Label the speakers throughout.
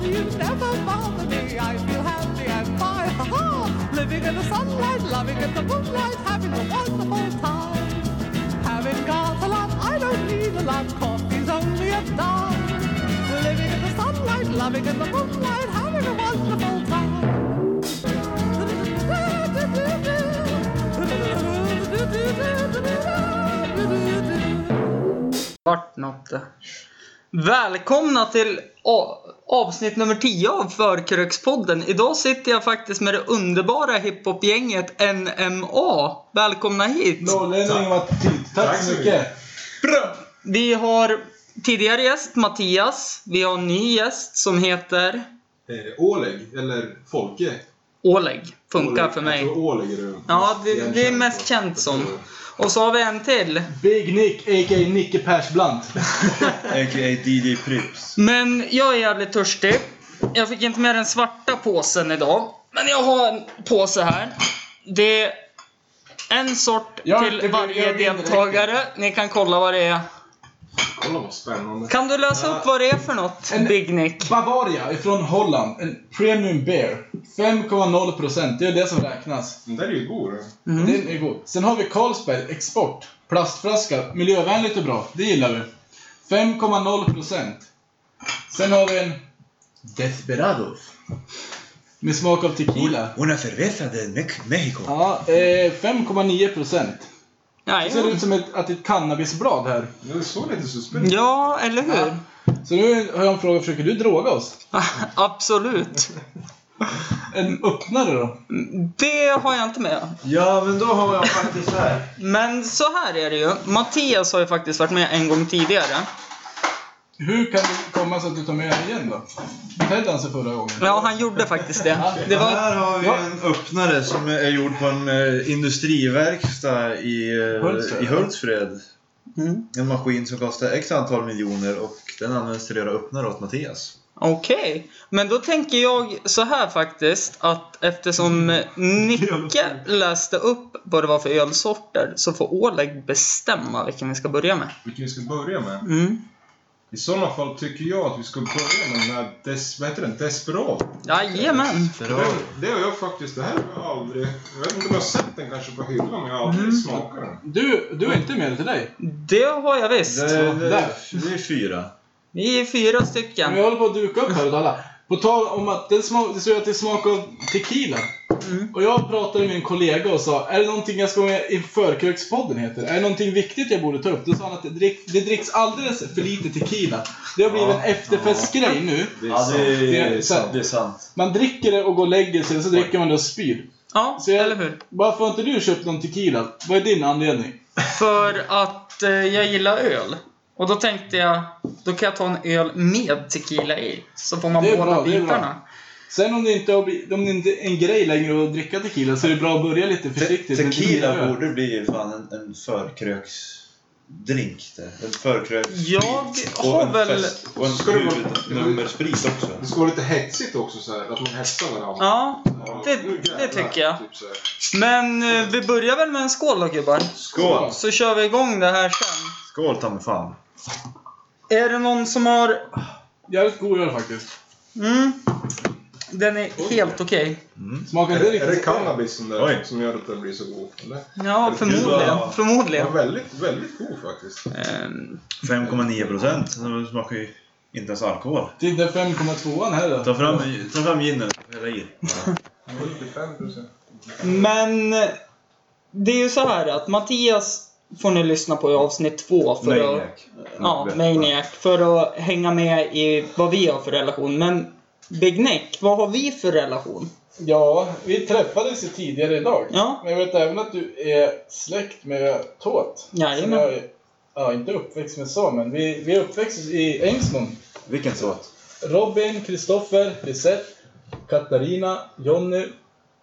Speaker 1: never bother me. I feel happy and fine. Ha ha! Living in the sunlight, loving in the moonlight, having a wonderful time. Having got a lot, I don't need a lot. Coffee's only a dime. Living in the sunlight, loving in the moonlight, having a wonderful time.
Speaker 2: vart något. Välkomna till a- avsnitt nummer 10 av Förkrökspodden. Idag sitter jag faktiskt med det underbara hiphopgänget NMA. Välkomna hit!
Speaker 3: Norrlänningen var tid. Tack,
Speaker 4: Tack
Speaker 3: så
Speaker 4: så
Speaker 3: mycket.
Speaker 2: Vi har tidigare gäst Mattias. Vi har en ny gäst som heter
Speaker 4: Eh, Oleg, eller Folke.
Speaker 2: Oleg. Funkar
Speaker 4: Oleg,
Speaker 2: för
Speaker 4: jag tror
Speaker 2: mig.
Speaker 4: Oleg är det
Speaker 2: Ja, det,
Speaker 4: mest
Speaker 2: det är
Speaker 4: känt
Speaker 2: mest
Speaker 4: för.
Speaker 2: känt som. Och så har vi en till.
Speaker 3: Big Nick, a.k.a. Nicke Persbrandt.
Speaker 5: A.k.a. DJ Prips.
Speaker 2: Men jag är jävligt törstig. Jag fick inte med den svarta påsen idag. Men jag har en påse här. Det är en sort
Speaker 3: Jag har inte
Speaker 2: till
Speaker 3: blivit
Speaker 2: varje
Speaker 3: inbjuden.
Speaker 2: deltagare. Ni kan kolla vad det är.
Speaker 4: Kolla vad spännande.
Speaker 2: Kan du läsa upp vad det är för något?
Speaker 3: En-
Speaker 2: Big Nick.
Speaker 3: Bavaria ifrån Holland. En premium beer. 5,0%. Det är det som räknas.
Speaker 4: Den där är ju god. då.
Speaker 2: Mm.
Speaker 3: Den är god. Sen har vi Carlsberg Export. Plastflaska. Miljövänligt och bra. Det gillar vi. 5,0%. Sen har vi en Desperados. Med smak av tequila.
Speaker 5: Una cerveza de Me- Mexico.
Speaker 3: Ja, eh, 5,9%. Det
Speaker 2: Nej.
Speaker 3: ser ut som ett, att det är ett cannabisblad här.
Speaker 4: Den såg lite suspekt
Speaker 2: Ja, eller hur?
Speaker 3: Så nu har jag en fråga. Försöker du droga oss?
Speaker 2: Absolut.
Speaker 3: En öppnare då?
Speaker 2: Det har jag inte med.
Speaker 6: Ja, men då har jag faktiskt här.
Speaker 2: Men så här är det ju. Mattias har ju faktiskt varit med en gång tidigare.
Speaker 3: Hur kan det komma sig att du tar med den igen då? Betedde han sig förra gången?
Speaker 2: Ja, han gjorde faktiskt det. Det var
Speaker 5: Här har vi
Speaker 3: Ja.
Speaker 5: en öppnare som är gjord på en eh, industriverkstad i, eh,
Speaker 3: Hultsfred.
Speaker 5: i Hultsfred.
Speaker 2: Mm.
Speaker 5: En maskin som kostar x antal miljoner och den används till att göra öppnare åt Mattias.
Speaker 2: Okej, men då tänker jag så här faktiskt att eftersom Nicke läste upp vad det var för ölsorter så får Oleg bestämma vilken vi ska börja med.
Speaker 4: vilken vi ska börja med.
Speaker 2: Mm.
Speaker 4: I sådana fall tycker jag att vi ska börja med den här des, vad heter den? Desperado.
Speaker 2: Jajamän!
Speaker 4: Den, det har jag faktiskt, det här har jag aldrig, jag vet inte om jag har sett den kanske på hyllan men jag har
Speaker 2: Mm.
Speaker 4: aldrig smakat den.
Speaker 3: Du, du är inte med till dig?
Speaker 2: Det har jag visst.
Speaker 5: Det, det,
Speaker 3: Där.
Speaker 5: det är fyra.
Speaker 2: Vi är fyra
Speaker 3: Men
Speaker 2: stycken.
Speaker 3: jag håller på att duka upp här åt alla. På tal om att den smak, det står ju att det smakar av tequila.
Speaker 2: Mm.
Speaker 3: Och jag pratade med en kollega och sa, är det någonting jag ska med i förkrökspodden heter? Är det någonting viktigt jag borde ta upp? Då sa han att det, drick, det dricks alldeles för lite tequila. Det har blivit
Speaker 5: Ja,
Speaker 3: en efterfestgrej nu.
Speaker 4: Det är
Speaker 5: Ja,
Speaker 4: sant.
Speaker 5: det
Speaker 3: Det
Speaker 5: är
Speaker 3: är sant.
Speaker 5: sant. Det är sant.
Speaker 3: Man dricker det och går och lägger sig, och så dricker man det och spyr.
Speaker 2: Ja,
Speaker 3: Så jag-
Speaker 2: eller hur?
Speaker 3: Varför har inte du köpt någon tequila? Vad är din anledning?
Speaker 2: För att eh, jag gillar öl. Och då tänkte jag, då kan jag ta en öl med tequila i. Så får man
Speaker 3: Det är
Speaker 2: båda
Speaker 3: bra, det är bra.
Speaker 2: bitarna.
Speaker 3: Sen om det inte har blivit, om det inte är en grej längre att dricka tequila så är det bra att börja lite försiktigt. med
Speaker 5: Tequila
Speaker 3: öl.
Speaker 5: borde bli fan en, en förkröksdrink det. En förkrökssprit.
Speaker 2: Jag
Speaker 5: Och
Speaker 2: har
Speaker 5: en
Speaker 2: väl-
Speaker 5: fest- Och en
Speaker 4: Ska det vara-
Speaker 5: huvudnummersprit också.
Speaker 4: Det ska vara lite hetsigt också så här, att man hetsar varandra.
Speaker 2: Ja,
Speaker 4: Ja,
Speaker 2: det,
Speaker 4: nu jävlar,
Speaker 2: det tycker jag.
Speaker 4: Typ så här.
Speaker 2: Men eh, vi börjar väl med en skål då gubbar?
Speaker 5: Skål!
Speaker 2: Så kör vi igång det här sen.
Speaker 5: Skål ta mig fan.
Speaker 2: Är det någon som har...
Speaker 3: Jävligt god öl faktiskt.
Speaker 2: Mm. Den är helt okej.
Speaker 3: Smakar
Speaker 4: Är,
Speaker 3: inte
Speaker 4: det-
Speaker 3: riktigt
Speaker 4: är det cannabisen där
Speaker 5: Oj.
Speaker 4: som gör att den blir så god? Eller?
Speaker 2: Ja, förmodligen.
Speaker 5: Ja.
Speaker 4: Den
Speaker 2: Förmodligen.
Speaker 4: var väldigt, väldigt god faktiskt.
Speaker 2: Ehm,
Speaker 5: 5,9 procent. Det smakar ju inte ens alkohol.
Speaker 3: Det är inte 5,2an heller.
Speaker 5: Ta fram, ta fram ginen och häll i.
Speaker 4: 75 procent.
Speaker 2: Men eh, det är ju så här att Mattias får ni lyssna på i avsnitt två för att...
Speaker 5: Maniac.
Speaker 2: Ja, Maniac. För att hänga med i vad vi har för relation. Men Big Neck, vad har vi för relation?
Speaker 3: Ja, vi träffades ju tidigare idag.
Speaker 2: Ja.
Speaker 3: Men jag vet även att du är släkt med Tåt.
Speaker 2: Jajamän.
Speaker 3: Som jag är- Ja, inte uppväxt med så, men vi, vi är uppväxt i Ängsmon.
Speaker 5: Vilken såt?
Speaker 3: Robin, Kristoffer, Lisette, Katarina, Jonny.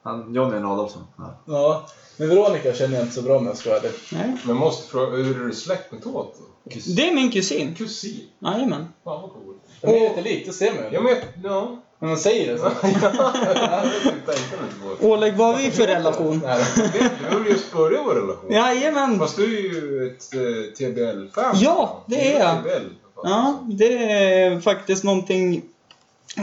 Speaker 5: Han, Johnny Adolfsson. Ja.
Speaker 3: Ja, men Veronica känner jag inte så bra om jag ska vara ärlig.
Speaker 2: Nej.
Speaker 4: Men jag måste fråga, hur är du släkt med Tåt?
Speaker 2: Det är min kusin.
Speaker 4: Kusin?
Speaker 2: Jajamän.
Speaker 4: Fan vad coolt.
Speaker 3: De är lite lika, det ser man ju.
Speaker 4: Jag vet, ja.
Speaker 3: När man säger det så.
Speaker 4: Jag tänkte inte på det.
Speaker 2: Oleg, vad har vi för relation?
Speaker 3: Nej,
Speaker 4: Du har just börjat vår relation.
Speaker 2: Jajamän.
Speaker 4: Fast du är ju ett eh, TBL-fan.
Speaker 2: Ja, det är jag.
Speaker 4: TBL, för fan.
Speaker 2: Ja, det är faktiskt någonting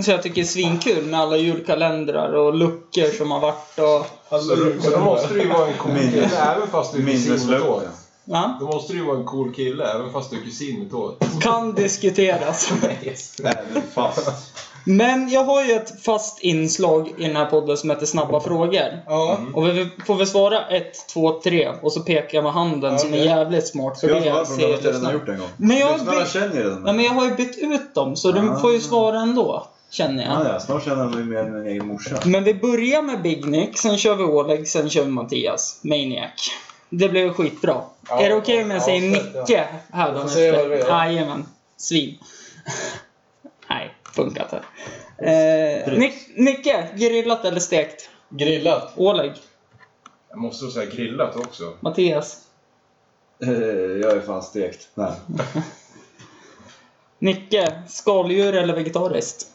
Speaker 2: Så jag tycker det är svinkul med alla julkalendrar och luckor som har varit och...
Speaker 4: Alltså, men då måste det ju vara en cool
Speaker 5: Minnes-
Speaker 4: kille även fast du är kusin med
Speaker 5: minneslucka.
Speaker 4: tåget.
Speaker 2: Ja,
Speaker 4: Då måste det ju vara en cool kille även fast du är kusin med tåget.
Speaker 2: kan diskuteras.
Speaker 5: Även fast.
Speaker 2: Men jag har ju ett fast inslag i den här podden som heter Snabba frågor.
Speaker 3: Ja.
Speaker 5: Mm.
Speaker 2: Och vi får väl svara 1, 22, 3 och så pekar jag med handen som är
Speaker 3: Okej.
Speaker 2: jävligt smart. För
Speaker 5: Jag
Speaker 2: det
Speaker 5: svarar på
Speaker 2: ser
Speaker 5: dem
Speaker 2: jag
Speaker 5: att jag redan
Speaker 2: lyssnar.
Speaker 5: har gjort det en gång.
Speaker 2: Men jag, har
Speaker 5: Lyssnarna
Speaker 2: bytt,
Speaker 5: känner ju redan
Speaker 2: nej,
Speaker 5: det.
Speaker 2: men jag har ju bytt ut dem så de
Speaker 5: Ah.
Speaker 2: får ju svara ändå. Känner jag.
Speaker 5: Ja, ja, snart känner jag mig mer än min egen morsa.
Speaker 3: Mm.
Speaker 2: Men vi börjar med Big Nick, sen kör vi Oleg, sen kör vi Mattias. Maniac. Det blev skitbra.
Speaker 4: Ja,
Speaker 2: är det okej om jag
Speaker 4: ja,
Speaker 2: säger
Speaker 4: absolut, ja.
Speaker 2: Nicke här
Speaker 4: Du
Speaker 2: då?
Speaker 4: får säga vad du vill, ja.
Speaker 2: Jajamän. Svin. Nej, funkar inte. Eh, Nick, Nicke, grillat eller stekt?
Speaker 3: Grillat.
Speaker 2: Oleg,
Speaker 4: Jag måste nog säga grillat också.
Speaker 2: Mattias,
Speaker 5: Eh, Jag är fan stekt. Nej.
Speaker 2: Nicke, skaldjur eller vegetariskt?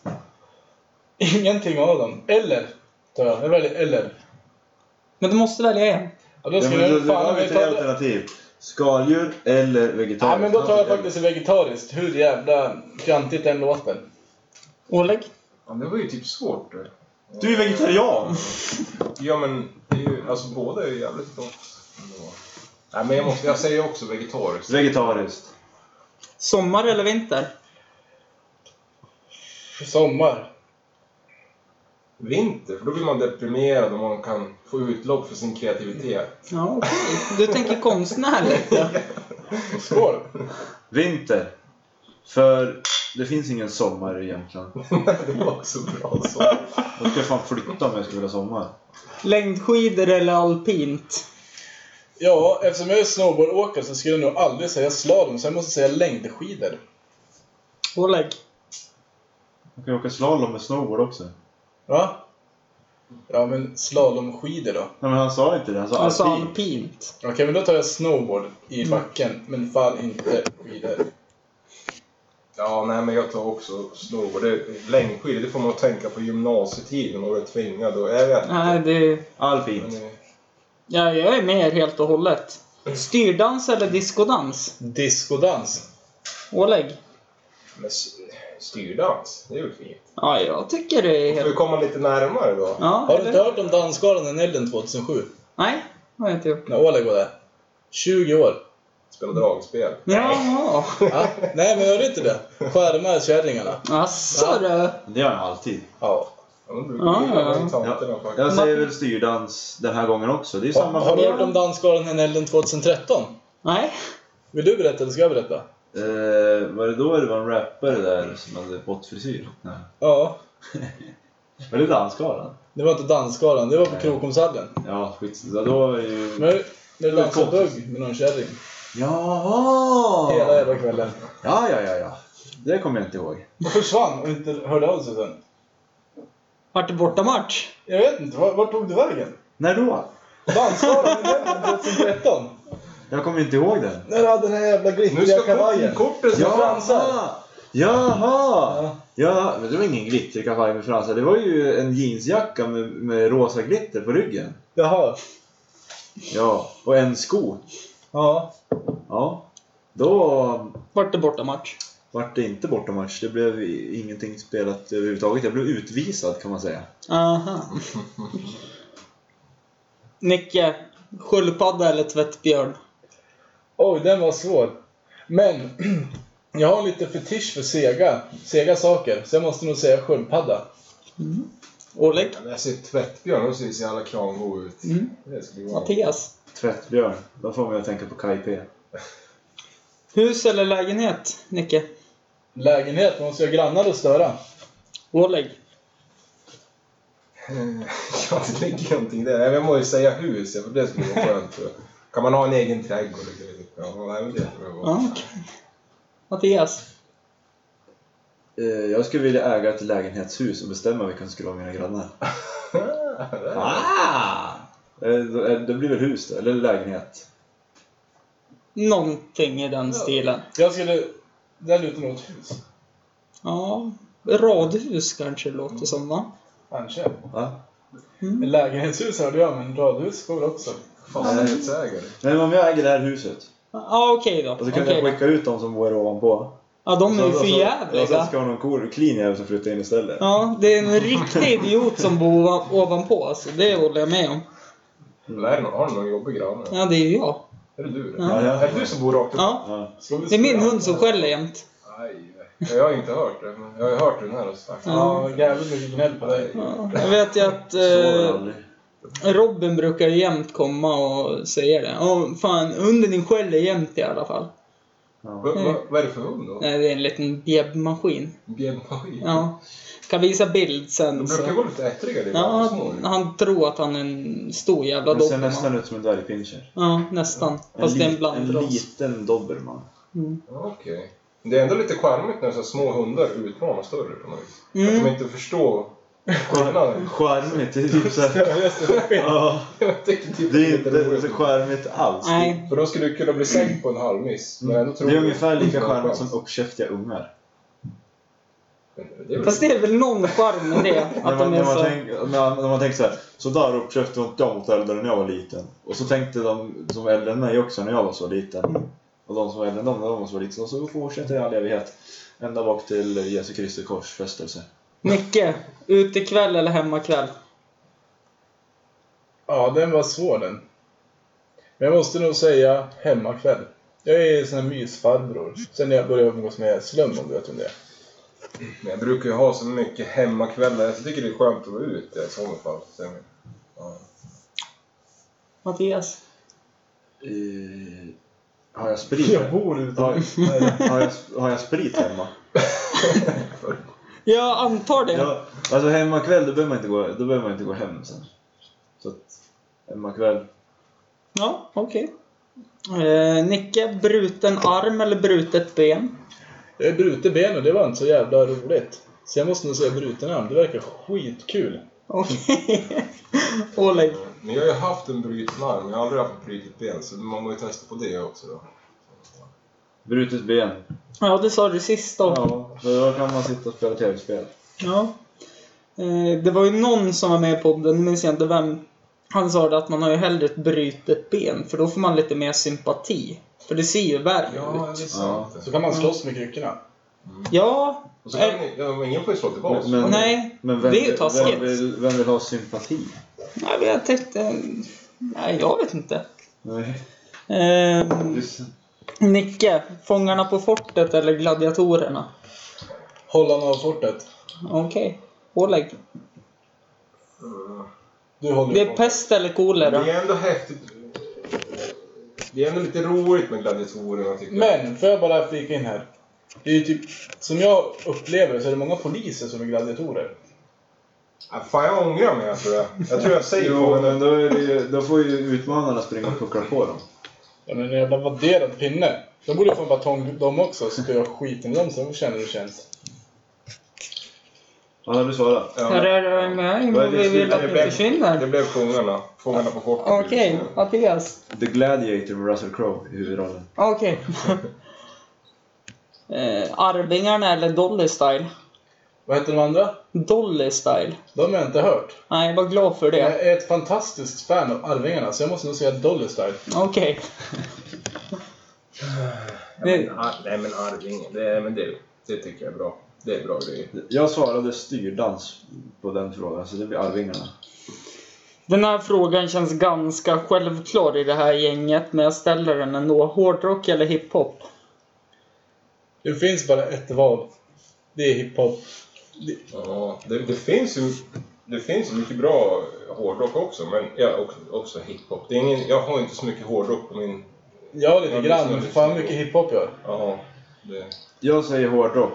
Speaker 3: Ingenting av dem. Eller, tror jag. Jag väljer eller.
Speaker 2: Men du måste välja en.
Speaker 3: Ja,
Speaker 5: Ja,
Speaker 3: då
Speaker 5: men
Speaker 3: skulle
Speaker 5: det,
Speaker 3: jag
Speaker 5: det
Speaker 3: fan...
Speaker 5: var ju
Speaker 3: Jag
Speaker 5: tre
Speaker 3: tar,
Speaker 5: alternativ. Skaldjur eller
Speaker 3: nej,
Speaker 5: vegetariskt.
Speaker 3: men då tar jag faktiskt vegetariskt. Hur jävla fjantigt den låter.
Speaker 2: Oleg?
Speaker 4: Ja, det var ju typ svårt. det.
Speaker 5: Du är
Speaker 3: Mm.
Speaker 5: vegetarian!
Speaker 4: Ja men, det är ju, alltså båda är ju jävligt gott. ändå. Nej men jag, måste, jag säger också vegetariskt.
Speaker 5: Vegetariskt.
Speaker 2: Sommar eller vinter?
Speaker 3: Sommar.
Speaker 4: Vinter, för då blir man deprimerad och man kan få utlopp för sin kreativitet.
Speaker 2: Ja, okej. Du tänker konstnärligt. ja.
Speaker 3: Skål!
Speaker 5: Vinter. För det finns ingen sommar i Jämtland.
Speaker 4: det var också bra så.
Speaker 5: Då ska jag fan flytta om jag skulle vilja ha sommar.
Speaker 2: Längdskidor eller alpint?
Speaker 3: Ja, eftersom jag är snowboardåkare så skulle jag nog aldrig säga slalom, så jag måste säga längdskidor.
Speaker 2: Oleg?
Speaker 5: Man kan ju åka slalom med snowboard också.
Speaker 3: Va? Ja, men slalomskidor då?
Speaker 5: Nej men han sa inte det, han sa
Speaker 2: Alltså
Speaker 5: alpin.
Speaker 2: alpint.
Speaker 3: Okej, men då tar jag snowboard i backen, men fall inte skidor.
Speaker 4: Ja, nej men jag tar också snowboard. Det- Längdskidor, det får man tänka på gymnasietiden och är tvingad och jag vet
Speaker 2: Nej, det...
Speaker 5: Alpint.
Speaker 4: Men, eh,
Speaker 2: Ja, jag är med er helt och hållet. Styrdans eller diskodans?
Speaker 3: Diskodans.
Speaker 2: Oleg?
Speaker 4: men s- styrdans, det är väl fint.
Speaker 2: Ja, jag tycker det är
Speaker 4: Får vi
Speaker 2: helt...
Speaker 4: komma lite närmare då?
Speaker 2: Ja,
Speaker 3: Har du inte
Speaker 2: eller?
Speaker 3: hört om Dansgalan i Nälden 2007?
Speaker 2: Nej, har jag inte gjort.
Speaker 3: När Oleg var där? 20 år.
Speaker 4: Spela dragspel.
Speaker 2: Jaha.
Speaker 3: Ja. Nej, men hörde du inte det? Skärmar kärringarna.
Speaker 2: Jaså du.
Speaker 5: Det gör han alltid.
Speaker 3: Ja.
Speaker 4: Ja, men
Speaker 2: Ja,
Speaker 4: brukar gilla
Speaker 2: ja,
Speaker 4: de tanterna
Speaker 5: Jag,
Speaker 4: faktiskt.
Speaker 5: jag säger väl styrdans den här gången också. Det är ju
Speaker 3: Har,
Speaker 5: samma
Speaker 3: har du
Speaker 5: fråga.
Speaker 3: hört om Dansgalan i Nälden 2013?
Speaker 2: Nej.
Speaker 3: Vill du berätta eller ska jag berätta?
Speaker 5: Eh, var det då det var en rappare där som hade bottfrisyr? Nej.
Speaker 3: Ja.
Speaker 5: Var det dansgalan?
Speaker 3: Det var inte Dansgalan, det var på
Speaker 5: Nej.
Speaker 3: Krokomshallen.
Speaker 5: Ja, skit. Då var det ju...
Speaker 3: Men när du
Speaker 5: Det var
Speaker 3: dansade
Speaker 5: konstigt.
Speaker 3: bugg med någon kärring.
Speaker 5: Jaha!
Speaker 3: Hela jävla kvällen.
Speaker 5: Ja, ja, ja, ja. Det kommer jag inte ihåg.
Speaker 3: Och försvann och inte hörde av sig sen.
Speaker 2: Vart det bortamatch?
Speaker 3: Jag vet inte, vart, vart tog du vägen?
Speaker 5: När då?
Speaker 3: Dansgalan i Nälden 2013.
Speaker 5: Jag kommer inte ihåg den.
Speaker 3: När du hade den här jävla
Speaker 4: Nu
Speaker 3: glittriga
Speaker 4: ska
Speaker 3: kavajen.
Speaker 4: kortet
Speaker 3: Ja.
Speaker 5: Jaha! Jaha!
Speaker 3: Ja.
Speaker 5: Ja, men det var ingen glitterkavaj med fransar. Det var ju en jeansjacka med, med rosa glitter på ryggen.
Speaker 3: Jaha.
Speaker 5: Ja, och en sko.
Speaker 3: Ja.
Speaker 5: Ja. Då
Speaker 2: Vart det bortamatch?
Speaker 5: vart det inte bortamatch. Det blev i- ingenting spelat överhuvudtaget. Jag blev utvisad kan man säga.
Speaker 2: Aha. Nicke. Sköldpadda eller tvättbjörn?
Speaker 3: Oj, den var svår. Men jag har lite fetisch för sega, sega saker, så jag måste nog säga sköldpadda.
Speaker 2: Oleg?
Speaker 4: Ja, men Jag ser tvättbjörn, de ser så jävla kramgo ut.
Speaker 2: Mm.
Speaker 4: Det skulle ju vara...
Speaker 2: Mattias?
Speaker 5: Tvättbjörn. Då får man ju tänka på Kai P.
Speaker 2: Hus eller lägenhet? Nicke?
Speaker 3: Lägenhet, man måste ju ha grannar att störa.
Speaker 2: Oleg?
Speaker 4: Eh, Ja, det ligger någonting där. Men Jag måste ju säga hus, ja, för det skulle vara skönt. Kan man ha en egen trädgård? och grejer? Ja, nej, men det tror jag
Speaker 2: Ja,
Speaker 4: var.
Speaker 2: okej. Mattias?
Speaker 5: Eh, Jag skulle vilja äga ett lägenhetshus och bestämma vilka som skulle vara mina grannar. Ah! Eh, då- eh, Det blir väl hus då, eller lägenhet.
Speaker 2: Någonting i den stilen.
Speaker 3: Jag skulle... Det här lutar nog åt hus.
Speaker 2: Ja, radhus kanske det låter som va?
Speaker 3: Kanske.
Speaker 5: Va?
Speaker 3: Lägenhetshus hörde jag, men radhus går väl också.
Speaker 4: Mm. Fastighetsägare.
Speaker 5: Men om jag äger det här huset
Speaker 2: Ja, okej då.
Speaker 5: och så kan
Speaker 2: okej
Speaker 5: jag skicka ut de som bor ovanpå.
Speaker 2: Ja, de är ju
Speaker 5: Så-
Speaker 2: för
Speaker 5: Och sen
Speaker 2: jävliga.
Speaker 5: ska ha någon cool clean jävel som flyttar in istället.
Speaker 2: Ja, det är en riktig idiot som bor ovan- ovanpå alltså. Det håller jag med om.
Speaker 4: Eller är det någon, har du någon jobbig granne?
Speaker 2: Ja, det är ju jag.
Speaker 4: Är det du?
Speaker 2: Ja.
Speaker 4: Ja, Är det du som bor rakt upp?
Speaker 2: Ja,
Speaker 5: Ja.
Speaker 3: Ska vi
Speaker 2: det är min
Speaker 3: spela?
Speaker 2: hund som skäller jämt.
Speaker 4: Aj, jag har inte hört det. Men jag har ju hört den här och sagt.
Speaker 2: Ja.
Speaker 3: Ja, jävligt mycket gnäll på dig.
Speaker 2: Ja, jag vet ju att
Speaker 5: Sover
Speaker 2: eh,
Speaker 5: aldrig.
Speaker 2: Robin brukar ju jämt komma och säga det. Åh, fan, hunden din skäller jämt i alla fall.
Speaker 4: Va- va- Vad är det för hund då?
Speaker 2: Nej, det är en liten bjäbbmaskin.
Speaker 4: Björnmaskin?
Speaker 2: Ja. Kan visa bild
Speaker 4: De
Speaker 2: sen. Så.
Speaker 4: brukar vara lite ättriga dina
Speaker 2: Ja,
Speaker 4: små.
Speaker 2: han, han tror att han är en stor jävla
Speaker 5: Den ser
Speaker 2: dobermann.
Speaker 5: nästan ut som en dvärgpinscher.
Speaker 2: Ja, nästan. Fast det är en
Speaker 5: lit- en
Speaker 2: blandras.
Speaker 5: liten dobermann.
Speaker 2: Mm.
Speaker 4: Ja, Okej. Det är ändå lite charmigt när så här små hundar utmanar större på något vis. Att
Speaker 2: Mm.
Speaker 4: de inte förstår skillnaden.
Speaker 5: Charmigt, det är typ såhär... Ja,
Speaker 4: Jag tycker typ
Speaker 5: det är
Speaker 4: lite roligt.
Speaker 5: inte så charmigt alls.
Speaker 2: Nej.
Speaker 4: För då skulle du kunna bli sänkt på en halvmiss. Men ändå tror
Speaker 5: Mm. Det är
Speaker 4: du-
Speaker 5: ungefär lika
Speaker 4: Ja,
Speaker 5: charmigt som uppkäftiga ungar.
Speaker 4: Det är väl-
Speaker 2: Fast det är väl någon charm med det?
Speaker 5: När
Speaker 2: Att de
Speaker 5: man, när
Speaker 2: är
Speaker 5: man,
Speaker 2: så...
Speaker 5: tänker, när man, när man tänker såhär, sådär uppköpte inte jag mot äldre när jag var liten. Och så tänkte de som var äldre än mig också när jag var så
Speaker 2: Mm.
Speaker 5: liten. Och de som var äldre än dem när de var så liten. Och så fortsätter det i all evighet. Ända bak till Jesu Kristi korsfästelse.
Speaker 2: Micke, utekväll eller hemmakväll?
Speaker 3: Ja, den var svår den. Men jag måste nog säga hemmakväll. Jag är sån här mysfarbror. Sen när jag började umgås med slum om du vet om det är.
Speaker 4: Men jag brukar ju ha så mycket hemmakvällar. Jag tycker det är skönt att vara ute i sådana fall. Sen, ja.
Speaker 2: Mattias?
Speaker 5: Eh, har jag sprit?
Speaker 3: bor ute.
Speaker 5: Har, har, jag, har jag sprit hemma?
Speaker 2: Jag antar det.
Speaker 5: Ja, alltså hemma kväll då behöver man inte gå, då behöver man inte gå hem sen. Så att, hemma kväll.
Speaker 2: Ja, okej. Eh, Nicke, bruten arm eller brutet ben?
Speaker 3: Jag är brutet ben och det var inte så jävla roligt. Så jag måste nog säga bruten arm. Det verkar skitkul.
Speaker 2: Okej. Oleg.
Speaker 4: Men jag har ju haft en bruten arm. Jag har aldrig haft ett brutet ben. Så man måste ju testa på det också då.
Speaker 5: Brutet ben.
Speaker 2: Ja, det sa du sist då.
Speaker 5: Ja, för då kan man sitta och spela tv-spel.
Speaker 2: Ja. Eh, Det var ju någon som var med i podden, nu minns jag inte vem. Han sa det att man har ju hellre ett brutet ben, för då får man lite mer sympati. För det ser ju värre
Speaker 4: Ja,
Speaker 2: ut.
Speaker 4: det är sant.
Speaker 3: Så kan man slåss med kryckorna.
Speaker 2: Ja,
Speaker 4: Och så kan ni, ja, ingen får ju slå tillbaka.
Speaker 5: Men-
Speaker 2: nej.
Speaker 5: Men
Speaker 2: det är ju
Speaker 5: vem,
Speaker 2: taskigt.
Speaker 5: vill, vem vill ha sympati?
Speaker 2: Nej, men jag tänkte... Nej, jag vet inte.
Speaker 5: Nej.
Speaker 2: Eh,
Speaker 5: Lyssna.
Speaker 2: Nicke, Fångarna på fortet eller Gladiatorerna?
Speaker 3: Hållan av fortet.
Speaker 2: Okej. Oleg.
Speaker 3: Du håller
Speaker 2: Det
Speaker 3: på.
Speaker 2: är pest eller kolera?
Speaker 4: Det är ändå häftigt. Det är ändå lite roligt med gladiatorerna tycker jag.
Speaker 3: Men, får jag bara flika in här? Det är ju typ, som jag upplever så är det många poliser som är gladiatorer.
Speaker 4: Ah, fan, jag ångrar mig tror jag. Jag tror jag säger
Speaker 5: Jo,
Speaker 4: frågan.
Speaker 5: men då, är det, ju- då får ju utmanarna springa och puckla på dem.
Speaker 3: Ja men en jävla vadderad pinne. De borde få en batong de också och spöa skiten i dem så de känner hur det känns.
Speaker 5: Vad har du svarat?
Speaker 4: Ja,
Speaker 2: Här är det med,
Speaker 5: Vad är
Speaker 2: men vi
Speaker 5: det
Speaker 2: vill
Speaker 5: slut-
Speaker 2: att
Speaker 4: det
Speaker 2: ni
Speaker 4: blev- Det
Speaker 2: försvinner.
Speaker 4: blev fångarna. Fångarna på fortet.
Speaker 2: Okej, Mattias.
Speaker 5: The Gladiator med Russell Crowe i huvudrollen.
Speaker 2: Okej. Eh, Arvingarna eller Dolly Style?
Speaker 3: Vad heter de andra?
Speaker 2: Dolly Style.
Speaker 3: De har jag inte hört.
Speaker 2: Nej, var glad för
Speaker 3: Jag
Speaker 2: det.
Speaker 3: är ett fantastiskt fan av Arvingarna så jag måste nog säga Dolly Style.
Speaker 2: Okej. Det-
Speaker 4: Ar- nej men Arvingen. Det, men det, det tycker jag är bra. Det är bra grejer.
Speaker 5: Jag svarade styrdans på den frågan, så det blir Arvingarna.
Speaker 2: Den här frågan känns ganska självklar i det här gänget, men jag ställer den ändå. Hårdrock eller hiphop?
Speaker 3: Det finns bara ett val. Det är hiphop. Det-
Speaker 4: Ja, det, det finns ju... Det finns ju mycket bra hårdrock också, men ja, också, också hiphop. Det är ingen, jag har ju inte så mycket hårdrock på min...
Speaker 3: Ja, lite
Speaker 4: Ja,
Speaker 3: grann,
Speaker 4: det är
Speaker 3: men
Speaker 4: så.
Speaker 3: fan mycket hiphop jag har.
Speaker 4: Ja, det...
Speaker 5: Jag säger hårdrock.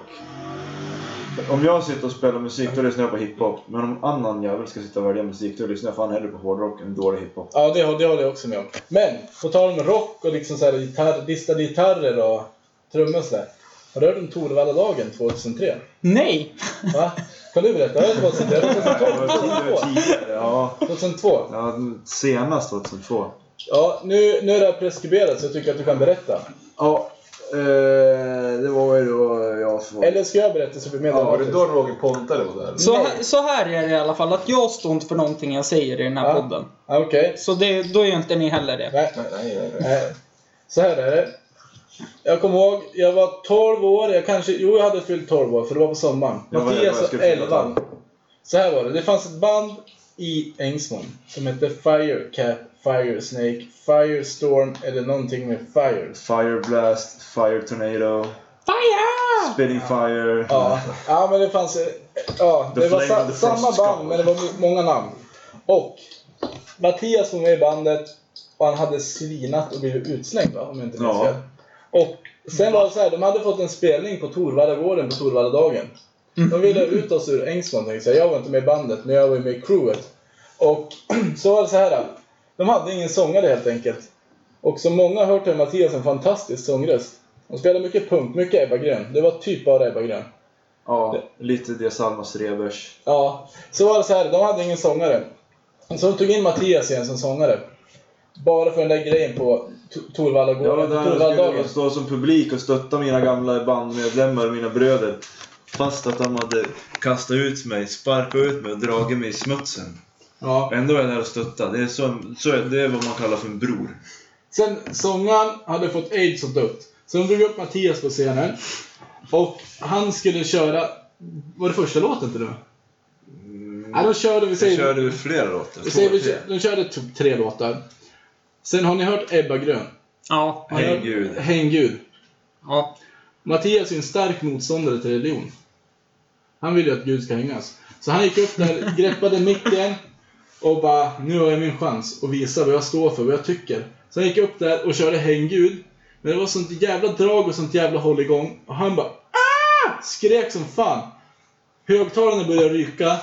Speaker 5: För Om jag sitter och spelar musik då lyssnar jag på hiphop. Men om annan jävel ska sitta och välja musik då lyssnar jag fan hellre på hårdrock än dålig hiphop.
Speaker 3: Ja, det, hå- det håller jag också med om. Men, på tal om rock och liksom så här gitarr, distade gitarrer och trummor och sådär. Har du hört om Torvalladagen 2003?
Speaker 2: Nej!
Speaker 3: Va? Kan du berätta? Var det 2003?
Speaker 5: Det var
Speaker 3: 2002?
Speaker 5: tidigare, Ja,
Speaker 3: 2002?
Speaker 5: ja, senast 2002.
Speaker 3: Ja, nu, nu är det här preskriberat så jag tycker att du kan berätta.
Speaker 5: Ja, eh, det var ju då jag svarade.
Speaker 3: Eller ska jag berätta så blir det mer
Speaker 4: Var det
Speaker 3: dramatiskt?
Speaker 4: då Roger Pontare var där?
Speaker 2: Så
Speaker 3: Nej.
Speaker 2: här, så här är det i alla fall, att jag står inte för någonting jag säger i den här
Speaker 3: Ja.
Speaker 2: podden.
Speaker 3: Ja, Okej.
Speaker 2: Så det, då är inte ni heller det.
Speaker 3: Nej.
Speaker 4: Nej, nej, nej. nej.
Speaker 3: Nej. Så här är det. Jag kommer ihåg, jag var 12 år, jag kanske, jo jag hade fyllt 12 år för det var på sommaren.
Speaker 5: Ja, vad- vad
Speaker 3: Mattias
Speaker 5: ska
Speaker 3: var
Speaker 5: jag fylla
Speaker 3: 11.
Speaker 5: då?
Speaker 3: Så här var det, det fanns ett band i Ängsmon som hette Firecap, Firesnake, Firestorm eller någonting med fire.
Speaker 5: Fire blast, fire tornado,
Speaker 2: Fire!
Speaker 5: spitting fire.
Speaker 3: Ja, ja men det fanns... Ja,
Speaker 5: The
Speaker 3: det var
Speaker 5: Flame
Speaker 3: sa,
Speaker 5: of the
Speaker 3: samma
Speaker 5: First
Speaker 3: band
Speaker 5: Skull.
Speaker 3: men det var mu- många namn. Och Mattias var med i bandet och han hade svinat och blivit utslängd va? Om jag inte minns
Speaker 5: Ja.
Speaker 3: fel. Och sen var det så här, de hade fått en spelning på Torvallagården på Torvalladagen. De ville ha ut oss ur Ängsmon tänkte jag. Jag var inte med i bandet men jag var ju med i crewet. Och så var det så här. De hade ingen sångare helt enkelt. Och som många har hört är Mattias en fantastisk sångröst. De spelade mycket punk, mycket Ebba Grön. Det var typ bara Ebba Grön.
Speaker 5: Ja, lite det Salmas Rebers.
Speaker 3: Ja, så var det så här. De hade ingen sångare. Så de tog in Mattias igen som sångare. Bara för den där grejen på T-
Speaker 5: Jag var
Speaker 3: Torvallagården,
Speaker 5: där och
Speaker 3: Torvalladagen.
Speaker 5: skulle stå som publik och stötta mina gamla bandmedlemmar och mina bröder. Fast att de hade kastat ut mig, sparkat ut mig och dragit mig i smutsen.
Speaker 3: Ja.
Speaker 5: Ändå var jag där och stöttade. Det är, så, så, är- det är vad man kallar för en bror.
Speaker 3: Sen sångaren hade fått aids och dött. Så de drog upp Mattias på scenen. Och han skulle köra... Var det första låten till det? Nej, de körde, vi
Speaker 5: Jag
Speaker 3: säger...
Speaker 5: Mm. körde flera låtar.
Speaker 3: vi säger
Speaker 5: två,
Speaker 3: vi,
Speaker 5: tre.
Speaker 3: kö- de körde typ tre låtar. Sen har ni hört Ebba Grön?
Speaker 2: Ja,
Speaker 3: Har ni hört-
Speaker 5: Häng Gud.
Speaker 3: Häng Gud.
Speaker 2: ja.
Speaker 3: Mattias är en stark motståndare till religion. Han vill ju att Gud ska hängas. Så han gick upp där, greppade micken och bara nu har jag min chans att visa vad jag står för, vad jag tycker. Så han gick upp där och körde Häng Gud. Men det var sånt jävla drag och sånt jävla hålligång och han bara "Ah!" skrek som fan. Högtalarna började ryka.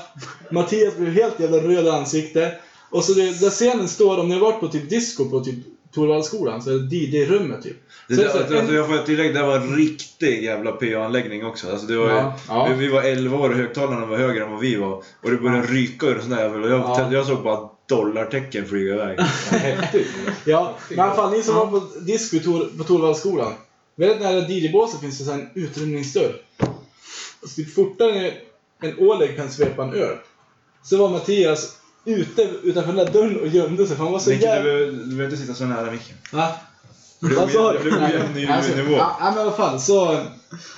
Speaker 3: Mattias blev helt jävla röd i ansiktet. Och så det, där scenen står, om ni har varit på typ disco på typ Torvaldskolan så är det DJ-rummet typ.
Speaker 5: Det
Speaker 3: Så
Speaker 5: där,
Speaker 3: det är så här,
Speaker 5: alltså,
Speaker 3: en-
Speaker 5: jag får tillägga, det var en riktig jävla PA-anläggning också. Alltså, det var, ju-
Speaker 3: Ja, ja.
Speaker 5: Vi, vi var 11 år och högtalarna var högre än vad vi var. Och det började ryka ur en sån där jävel. Och jag,
Speaker 3: Ja. Alltså,
Speaker 5: jag såg bara dollartecken flyga iväg.
Speaker 4: Häftigt.
Speaker 3: Ja, men fan ni som var på disco i Tor- på Torvaldskolan. Väldigt nära DJ-båset finns det så här en utrymningsdörr. Alltså typ fortare än en ålägg kan svepa en öl. Så var Mattias ute utanför den där dörren och gömde sig för han var så
Speaker 5: Micke, du,
Speaker 3: jävla...
Speaker 5: behöver- du behöver inte sitta så nära micken.
Speaker 3: Va?
Speaker 5: Det blir
Speaker 3: Vad sa du?
Speaker 5: ojämn- det blir ojämn ny-
Speaker 3: Alltså,
Speaker 5: nivå.
Speaker 3: Ja, ja, men i alla fall så...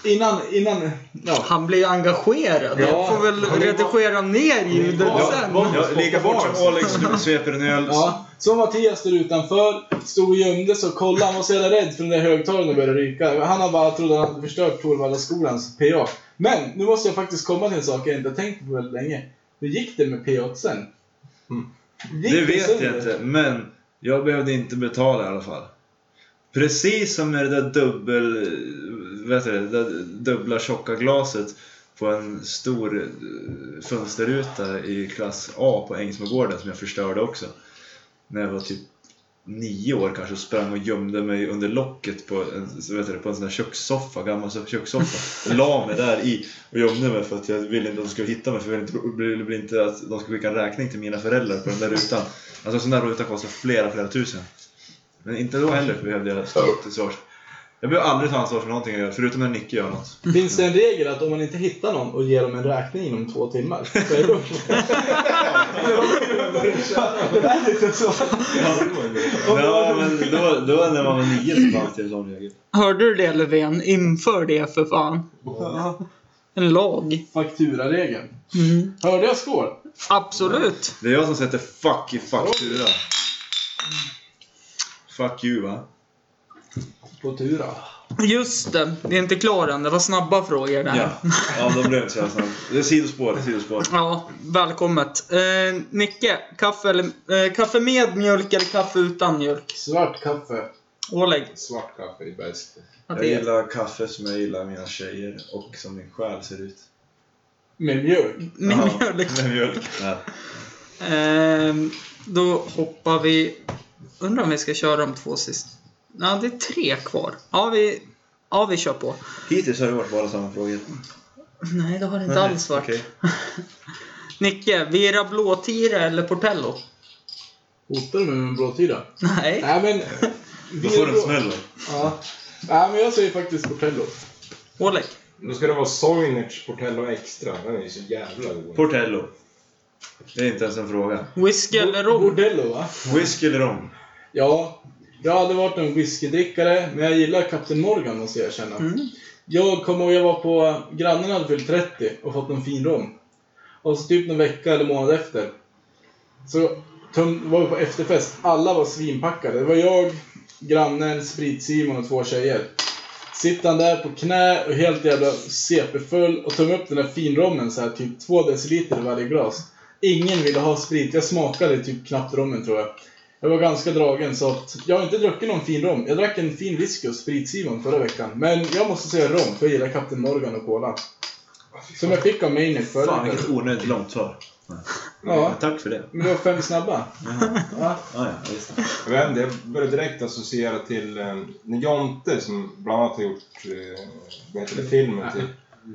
Speaker 3: Innan, innan... Ja.
Speaker 2: Han blir ju engagerad. Jag får väl redigera ner ljudet
Speaker 3: Ja,
Speaker 2: sen.
Speaker 5: Ja, lika fort som Alex sveper en öl så-
Speaker 3: Ja, så Mattias stod utanför, stod och gömde sig och kollade. Han var så jävla rädd för den där högtalaren och började ryka. Han har bara trott att han hade förstört Torvallaskolans PA. Men nu måste jag faktiskt komma till en sak jag inte har tänkt på väldigt länge. Hur gick det med PA sen? Gick
Speaker 5: Mm. Det vet
Speaker 3: sönder?
Speaker 5: jag inte, men jag behövde inte betala i alla fall. Precis som med det där dubbel... Vet du, det där dubbla tjocka glaset på en stor eh, fönsterruta i klass A på Ängsmogården som jag förstörde också. När jag var typ nio år kanske och sprang och gömde mig under locket på en, så vet du, det, på en sån där kökssoffa, gammal så- kökssoffa. La mig där i och gömde mig för att jag ville inte att de skulle hitta mig för jag ville inte, ville- ville inte att de skulle skicka en räkning till mina föräldrar på den där rutan. Alltså en sån där ruta kostar flera, flera tusen. Men inte då heller behövde jag stå upp till svars. Jag behöver aldrig ta ansvar för någonting jag gör, förutom när Nicke gör något.
Speaker 3: Finns det en regel att om man inte hittar någon och ger dem en räkning inom två timmar så är det lugnt? Det där är lite så.
Speaker 5: Ja, men då, då när man var nio så fanns det en sån regel.
Speaker 2: Hörde du det Löfven? Inför det för fan. En lag.
Speaker 3: Fakturaregeln.
Speaker 2: Mm.
Speaker 3: Hörde jag skål?
Speaker 2: Absolut.
Speaker 5: Det är jag som sätter fuck i faktura. Fuck you va?
Speaker 3: På tura.
Speaker 2: Just det, vi är inte klara än. Det var snabba frågor där.
Speaker 5: Ja, ja de blev inte så jävla snabba. Det är sidospår, det är sidospår.
Speaker 2: Ja, välkommet. Eh, Nicke, kaffe, eller, eh, kaffe med mjölk eller kaffe utan mjölk?
Speaker 3: Svart kaffe.
Speaker 2: Ålägg.
Speaker 4: Svart kaffe är bäst.
Speaker 5: Jag gillar kaffe som jag gillar mina tjejer och som min själ ser ut.
Speaker 3: Med mjölk.
Speaker 2: Med
Speaker 5: Ja,
Speaker 2: mjölk.
Speaker 5: Med mjölk. Ja.
Speaker 2: Ehm, då hoppar vi... Undrar om vi ska köra de två sista... Ja, det är tre kvar. Ja, vi, ja, vi kör på.
Speaker 5: Hittills har det varit bara samma frågor.
Speaker 2: Nej, det har det inte alls varit.
Speaker 5: Okej.
Speaker 2: Nicke, Vera Blåtira eller Portello?
Speaker 3: Hotar du mig med en blåtira?
Speaker 2: Nej.
Speaker 3: Nej men...
Speaker 5: Då får du en
Speaker 3: Vero-
Speaker 5: smäll då.
Speaker 3: Ja. Nej men jag säger faktiskt Portello.
Speaker 2: Ålägg.
Speaker 4: Då ska det vara Soinerts Portello Extra. Den är ju så jävla god.
Speaker 5: Portello. Det är inte ens en fråga.
Speaker 2: Whisky eller rom?
Speaker 3: Bordello va?
Speaker 5: Whisky eller rom?
Speaker 3: Ja. Jag har aldrig varit någon whiskydrickare, men jag gillar Kapten Morgan måste jag erkänna.
Speaker 2: Mm.
Speaker 3: Jag kommer ihåg jag var på, grannen hade fyllt 30 och fått en fin rom. Och så typ någon vecka eller månad efter så töm, var vi på efterfest. Alla var svinpackade. Det var jag, grannen, Sprit-Simon och två tjejer. Sitter han där på knä och helt jävla CP-full och tömmer upp den där finrommen så här typ två deciliter i varje glas. Ingen ville ha sprit. Jag smakade typ knappt rommen tror jag. Jag var ganska dragen så att jag har inte druckit någon fin rom. Jag drack en fin whisky och Sprit-Simon förra veckan. Men jag måste säga rom för jag gillar Kapten Morgan och Cola. Som jag fick av Maniac förra
Speaker 5: Fan
Speaker 3: veckan.
Speaker 5: vilket onödigt långt svar.
Speaker 3: Ja,
Speaker 5: Tack för det.
Speaker 3: men det var fem snabba.
Speaker 5: Ja, ja, visst.
Speaker 4: Men jag började direkt associera till eh, när Jonte som bland annat har gjort eh, vad heter det, filmen till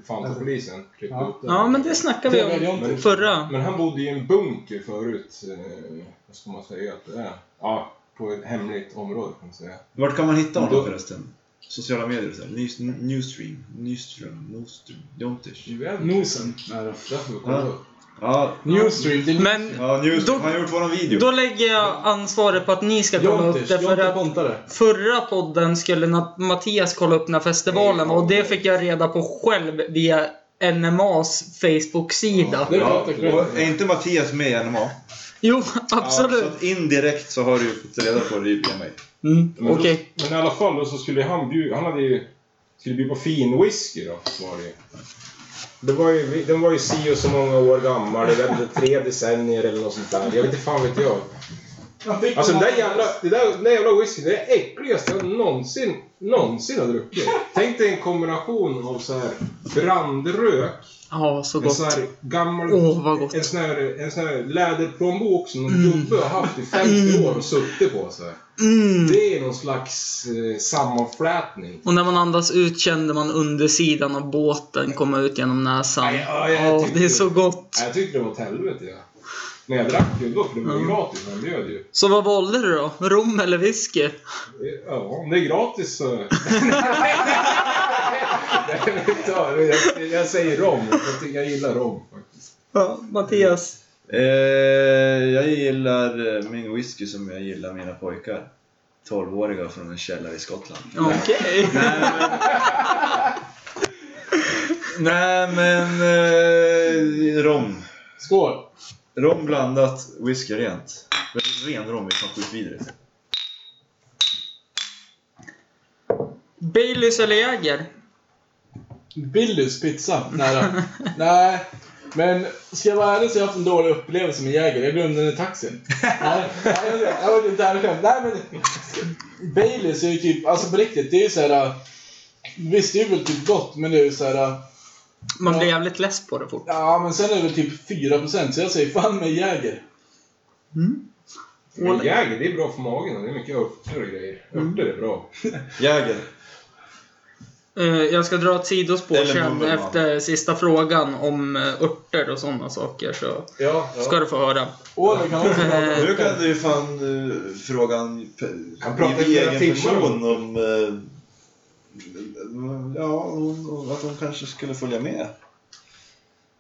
Speaker 4: Fantapolisen. klippte
Speaker 3: Ja.
Speaker 4: upp den.
Speaker 2: Ja, men det snackade
Speaker 3: Det
Speaker 2: vi
Speaker 3: var
Speaker 2: om
Speaker 3: Jonte.
Speaker 2: förra.
Speaker 4: Men han bodde i en bunker förut. Eh, vad ska man säga att det är? Ja, på ett hemligt område kan man säga.
Speaker 5: Vart kan man hitta honom
Speaker 4: Då-
Speaker 5: förresten? Sociala medier och så här. News, Newstream, Newstream, Newstream, Jontish.
Speaker 3: Nosen.
Speaker 4: Där får vi kolla
Speaker 5: Ja.
Speaker 4: upp.
Speaker 5: Ja,
Speaker 3: Newstream. Det är
Speaker 2: Men
Speaker 5: ja Newstream.
Speaker 2: Då-
Speaker 5: Han har gjort våran video.
Speaker 2: då lägger jag ansvaret på att ni ska kolla upp
Speaker 3: Jontis.
Speaker 2: det. För
Speaker 3: Jonte
Speaker 2: att
Speaker 3: Pontare.
Speaker 2: Förra podden skulle Nat- Mattias kolla upp när festivalen var och det fick jag reda på själv via NMAs Facebook-sida.
Speaker 3: Det är
Speaker 5: Ja,
Speaker 3: Jonte Kröger.
Speaker 5: och är inte Mattias med i NMA?
Speaker 2: Jo,
Speaker 5: Ja,
Speaker 2: absolut.
Speaker 5: så att indirekt så har du ju fått reda på det via mig.
Speaker 2: Mm,
Speaker 4: Men,
Speaker 2: Okej.
Speaker 4: då, men i alla fall då så skulle han bjuda, han hade ju, skulle bjuda på fin whisky då var det ju. Det var ju, den var ju si och så många år gammal, det var tre decennier eller något sånt där. Jag vet inte fan vet jag. Alltså den där jävla, det där, den där jävla whisky, det är det äckligaste jag någonsin, någonsin har druckit. Tänk dig en kombination av så här brandrök,
Speaker 2: Ja, så
Speaker 4: en sån
Speaker 2: gott.
Speaker 4: här gammal...
Speaker 2: Åh, vad gott.
Speaker 4: En sån här, en sån här läderplånbok som någon gubbe har haft i 50 år och suttit på så här.
Speaker 2: Mm.
Speaker 4: Det är någon slags eh, sammanflätning.
Speaker 2: Och när man andas ut kände man undersidan av båten komma ut genom näsan.
Speaker 4: Nej, ja, jag
Speaker 2: Åh,
Speaker 4: tyckte-
Speaker 2: det är så gott.
Speaker 4: Nej, Jag tyckte det var åt helvete. Ja. Men jag drack ju ändå, för det var ju
Speaker 2: Mm.
Speaker 4: gratis. Han bjöd ju.
Speaker 2: Så vad valde du då? Rom eller whisky?
Speaker 4: Ja, om det är gratis så... Nej, men ta det. jag, jag säger rom. Jag, tycker jag gillar rom faktiskt.
Speaker 2: Ja, Mattias.
Speaker 5: Eh, jag gillar eh, min whisky som jag gillar mina pojkar. 12-åriga från en källare i Skottland.
Speaker 2: Okej.
Speaker 5: Nej men... Eh, rom.
Speaker 3: Skål.
Speaker 5: Rom blandat, whisky rent. Men Ren rom är fan skitvidrigt.
Speaker 2: Baileys eller Jäger?
Speaker 3: Billys pizza. Nära. Nej. Men ska jag vara ärlig så har jag haft en dålig upplevelse med Jäger. Jag glömde den i taxin. Nej, nej, jag- jag var inte ärlig själv. Nej men. Baileys är ju typ, alltså på riktigt, det är ju såhär. Visst, det är väl typ gott, men det är ju såhär.
Speaker 2: Man blir
Speaker 3: Ja.
Speaker 2: jävligt less på det fort.
Speaker 3: Ja, men sen är det väl typ 4% så jag säger fan med Jäger.
Speaker 4: Men Jäger, det är bra för magen. och Det är mycket örter och grejer.
Speaker 2: Mm.
Speaker 4: Örter är bra.
Speaker 5: Jäger.
Speaker 2: Eh, Jag ska dra ett sidospår
Speaker 5: Eller
Speaker 2: sen
Speaker 5: bubbelman.
Speaker 2: efter sista frågan om eh, örter och sådana saker så
Speaker 3: Ja.
Speaker 2: ska du få höra. Eh,
Speaker 3: Åh, det kan också vara
Speaker 5: Nu kan du ju fan eh, fråga en pe-
Speaker 4: Han pratar
Speaker 5: i
Speaker 4: i flera
Speaker 5: egen
Speaker 4: timmar.
Speaker 5: person om... Eh, ja, hon, hon- att hon kanske skulle följa med.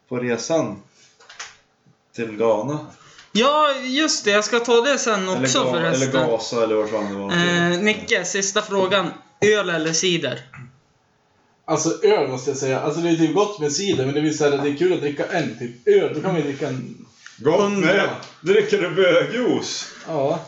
Speaker 5: På resan. Till Ghana.
Speaker 2: Ja, just det. Jag ska ta det sen också
Speaker 5: Ga- eller
Speaker 2: förresten.
Speaker 5: Gaza eller vart fan det var.
Speaker 2: Eh, Nicke, sista frågan. Öl eller cider?
Speaker 3: Alltså öl måste jag säga. Alltså det är typ gott med cider men det vill säga att det är kul att dricka en typ öl. Då kan man ju dricka en...
Speaker 5: Gott med! Dricker du bögjuice?
Speaker 3: Ja.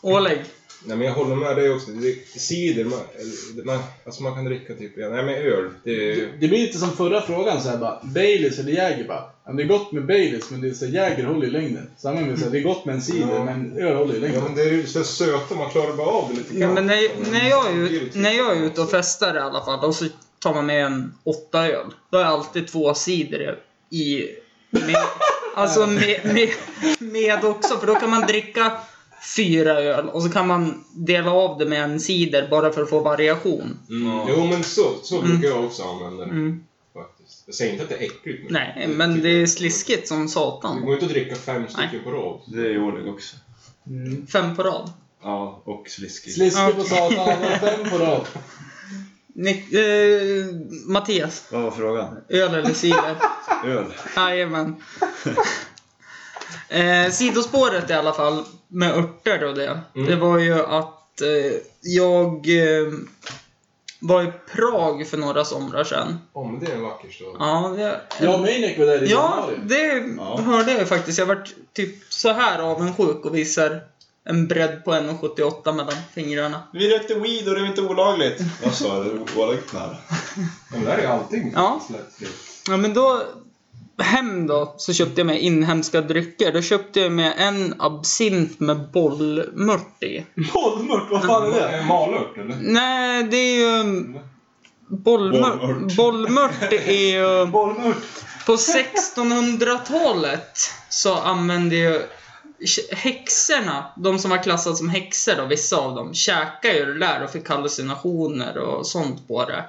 Speaker 2: Oleg.
Speaker 4: Nej, men jag håller med dig också. Det är cider, man, eller- man, alltså man kan dricka typ... ja, Nej, men öl. Det är,
Speaker 3: Det blir lite som förra frågan så här bara. Baileys eller Jäger bara. Ja, det är gott med Baileys men det är så här, Jäger håller ju längden. Samma med så här, det är gott med en cider
Speaker 4: Ja.
Speaker 3: men öl håller ju
Speaker 4: ja,
Speaker 3: längden.
Speaker 4: men det är ju så söta. Man klarar bara av det lite
Speaker 2: Ja,
Speaker 4: grann.
Speaker 2: men när, när, jag är, ut-
Speaker 4: Samtidigt.
Speaker 2: när jag är ute och festar i alla fall, och så tar man med en åtta öl. Då har jag alltid två cider i... Med, alltså med, med, med också, för då kan man dricka fyra öl och så kan man dela av det med en cider bara för att få variation.
Speaker 4: Mm. Jo, men så, så brukar jag också använda det.
Speaker 2: Mm.
Speaker 4: Faktiskt. Jag säger inte att det är äckligt. Men
Speaker 2: Nej, men det är sliskigt som
Speaker 4: Det
Speaker 2: satan.
Speaker 4: går inte att dricka fem stycken på rad.
Speaker 5: Det är ju Oleg också.
Speaker 3: Mm.
Speaker 2: Fem på rad.
Speaker 5: Ja, och Sliski.
Speaker 3: Sliske på
Speaker 2: Okej.
Speaker 3: satan, han har fem på rad.
Speaker 2: Nick, eh, Mattias,
Speaker 5: Vad var frågan?
Speaker 2: öl eller cider?
Speaker 5: Öl.
Speaker 2: Jajamän. Mm. eh, sidospåret i alla fall, med örter och det. Det var ju att att eh, jag eh, var i Prag för några somrar sedan.
Speaker 4: Om det är en vacker stad.
Speaker 2: Ja, det,
Speaker 3: Jag och Maniac var där i
Speaker 2: ja,
Speaker 3: januari.
Speaker 2: det
Speaker 5: Ja.
Speaker 2: hörde jag ju faktiskt. Jag vart typ så här avundsjuk och visar en bredd på 1,78 mellan fingrarna.
Speaker 5: Vi rökte weed och det var inte olagligt. Vad sa du? Olagligt? Nej.
Speaker 4: Men där är allting typ.
Speaker 2: Ja.
Speaker 4: slättfritt.
Speaker 2: Ja, men då... Hem då, så köpte jag mig inhemska drycker. Då köpte jag mig en absint med bollmört i.
Speaker 5: Bollmört? Vad fan är det?
Speaker 4: En malört eller?
Speaker 2: Nej, det är ju... Bollmört.
Speaker 5: Bollmört.
Speaker 2: Bollmört är ju...
Speaker 5: Bollmört?
Speaker 2: På 1600-talet så använde ju häxorna, de som var klassade som häxor då, vissa av dem, käkade ju det där och fick hallucinationer och sånt på det.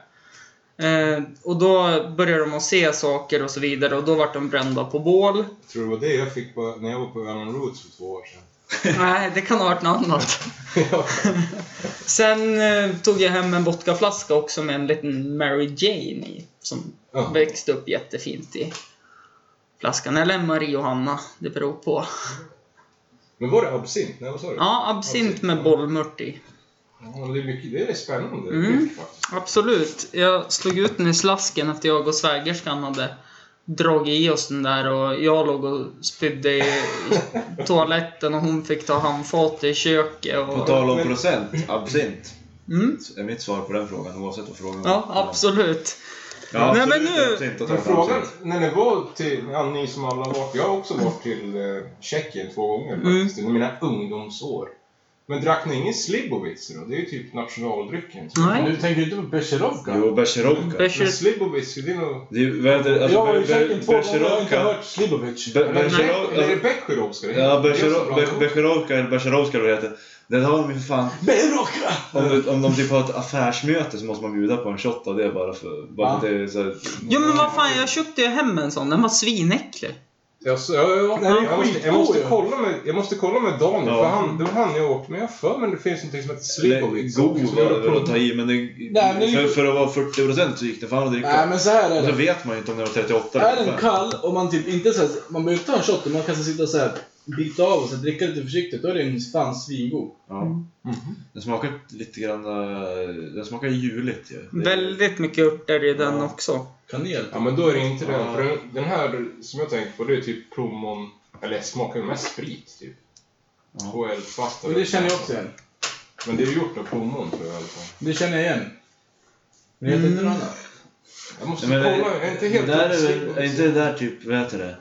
Speaker 2: Eh, och då började de att se saker och så vidare och då vart de brända på bål.
Speaker 4: Jag tror det var det jag fick på, när jag var på Öland Roots för två år sedan.
Speaker 2: Nej, det kan ha varit något annat.
Speaker 4: Ja.
Speaker 2: Sen eh, tog jag hem en vodkaflaska också med en liten Mary Jane i. Som
Speaker 4: Ja.
Speaker 2: växte upp jättefint i flaskan. Eller Marie och Hanna, det beror på.
Speaker 4: Men var det absint? Nej vad sa du?
Speaker 2: Ja, absint med bollmört i.
Speaker 4: Ja, det, är mycket, det är spännande.
Speaker 2: Mm.
Speaker 4: dryck faktiskt.
Speaker 2: Absolut. Jag slog ut den i slasken efter jag och svägerskan hade dragit i oss den där och jag låg och spydde i i toaletten och hon fick ta handfat i köket
Speaker 5: På
Speaker 2: och...
Speaker 5: tal om procent, absint.
Speaker 2: Mm.
Speaker 5: Är mitt svar på den frågan oavsett vad frågan
Speaker 2: Ja, absolut.
Speaker 5: Ja,
Speaker 2: Nej, men
Speaker 5: absolut,
Speaker 2: nu-
Speaker 5: absint och
Speaker 4: Men
Speaker 5: ta
Speaker 4: frågan,
Speaker 5: absint.
Speaker 4: när ni var till, ja, ni som alla har varit, jag har också varit till eh, Tjeckien två gånger
Speaker 2: Mm.
Speaker 4: faktiskt, under mina ungdomsår. Men drack ni ingen Slibovic då? Det är ju typ nationaldrycken.
Speaker 3: Men
Speaker 2: Nej.
Speaker 3: Du tänker inte på Becherovka?
Speaker 5: Jo, Berzerovka.
Speaker 4: Men
Speaker 2: Becher-
Speaker 4: Slibovic, det är nog...
Speaker 5: Det är ju- vad heter det? Alltså,
Speaker 3: jag var i
Speaker 5: Ber- Ber-
Speaker 3: Tjeckien två gånger och har inte
Speaker 5: Berzerovka.
Speaker 3: hört Slibovic.
Speaker 5: Be-
Speaker 4: Eller
Speaker 5: Bergerov-
Speaker 4: Beck- eller är det Becherovska? Det är-
Speaker 5: Ja,
Speaker 4: det är så bra.
Speaker 5: Bergerov- Bergerovka eller Bergerovska då det heter. Den har de ju för fan.
Speaker 3: Becherovka!
Speaker 5: Om, du- om de typ har ett affärsmöte så måste man bjuda på en shot av det bara för, bara för att det är så här,
Speaker 2: Jo men vad fan, jag köpte ju hem en sån. Den var svinäcklig.
Speaker 4: Jag, så- jag, jag,
Speaker 3: Nej, det är
Speaker 4: jag, måste, jag,
Speaker 3: skitgod
Speaker 4: måste
Speaker 3: ju.
Speaker 4: kolla med, jag måste kolla med Daniel,
Speaker 5: Ja.
Speaker 4: för han, det var han jag åkte med. Jag har för men det finns någonting som heter Slibovic.
Speaker 5: eller god var det väl att ta i men, det,
Speaker 3: men det-
Speaker 5: för, för att vara 40% så gick det fan att dricka.
Speaker 3: Nej men så här är
Speaker 5: Och så
Speaker 3: det.
Speaker 5: vet man ju inte om det var 38
Speaker 3: Är den
Speaker 5: 45.
Speaker 3: kall och man typ inte så här, man behöver inte ta en shot, man kan så sitta så här bita av och så dricka lite försiktigt, då är den fan svingod.
Speaker 5: Ja.
Speaker 2: Mm.
Speaker 5: Den smakar lite grann... eh, Den smakar juligt ju. Det-
Speaker 2: Väldigt mycket örter i den
Speaker 5: Ja.
Speaker 2: också.
Speaker 3: Kanel.
Speaker 4: Ja, men då är det inte den.
Speaker 5: Ja.
Speaker 4: För den, den här som jag tänker på, det är typ promon... Eller jag smakar ju mest sprit, typ.
Speaker 5: Ja.
Speaker 4: KL Fasta.
Speaker 3: Men det känner jag också igen.
Speaker 4: Men det är ju gjort av promon, tror jag i alla fall.
Speaker 3: Det känner jag igen. Men jag vet
Speaker 2: Mm.
Speaker 3: inte något annat.
Speaker 4: Jag måste
Speaker 5: Nej, men,
Speaker 4: kolla, jag är inte helt
Speaker 5: det där är, väl,
Speaker 4: uppsyn-
Speaker 5: är inte det där typ, vad heter det?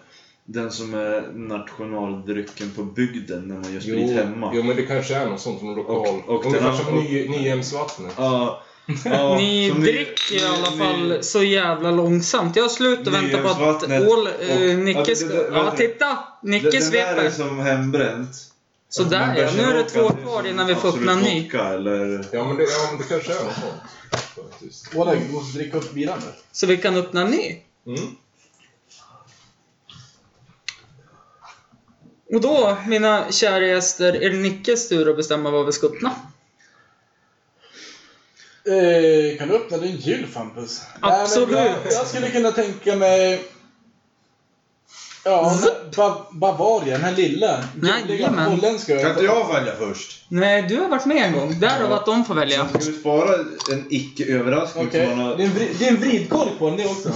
Speaker 5: Den som är nationaldrycken på bygden när man gör sprit
Speaker 4: Jo,
Speaker 5: hemma.
Speaker 4: jo, men det kanske är något sånt som lokal...
Speaker 5: Och- och
Speaker 4: Ungefär
Speaker 5: den här-
Speaker 4: som ny- Nyhemsvattnet.
Speaker 5: Ja. ja,
Speaker 2: Ni
Speaker 5: som
Speaker 2: dricker i alla
Speaker 5: ni-
Speaker 2: fall så jävla långsamt. Jag har slutat vänta på att
Speaker 5: Nyhemsvattnet
Speaker 2: ål...
Speaker 5: och-
Speaker 2: Äh,
Speaker 5: Ja,
Speaker 2: Nicke
Speaker 5: det-
Speaker 2: ska...
Speaker 5: det-
Speaker 2: Ja,
Speaker 5: vänta.
Speaker 2: titta!
Speaker 5: Det,
Speaker 2: Nicke
Speaker 5: det där är liksom
Speaker 2: sveper.
Speaker 5: Alltså, som hembränt.
Speaker 2: Sådär
Speaker 5: Men
Speaker 2: ja, nu är det två
Speaker 5: berserkvodka,
Speaker 2: kvar
Speaker 5: som
Speaker 2: innan vi får
Speaker 5: Absolut
Speaker 2: öppna en ny.
Speaker 5: vodka, eller...
Speaker 4: Ja, men det, ja, men det kanske är något sånt. Faktiskt.
Speaker 3: Båda måste dricka upp bilar nu.
Speaker 2: Så vi kan öppna en ny.
Speaker 4: Mm.
Speaker 2: Och då, mina kära gäster, är det Nickes tur att bestämma vad vi ska öppna.
Speaker 3: Eh, kan du öppna din jul Fampus? Nej, men
Speaker 2: Absolut.
Speaker 3: Jag, jag skulle kunna tänka mig... Ja, den- ba Bavaria, den här lilla.
Speaker 2: Nej,
Speaker 3: gulliga
Speaker 2: jajamän.
Speaker 3: holländska.
Speaker 5: Kan inte jag välja först?
Speaker 2: Nej, du har varit med en gång. Därav att de får välja.
Speaker 5: Ska vi spara en icke-överraskning?
Speaker 3: Okej,
Speaker 5: som man har-
Speaker 3: det är en vri- det är en vridkorv på den det också.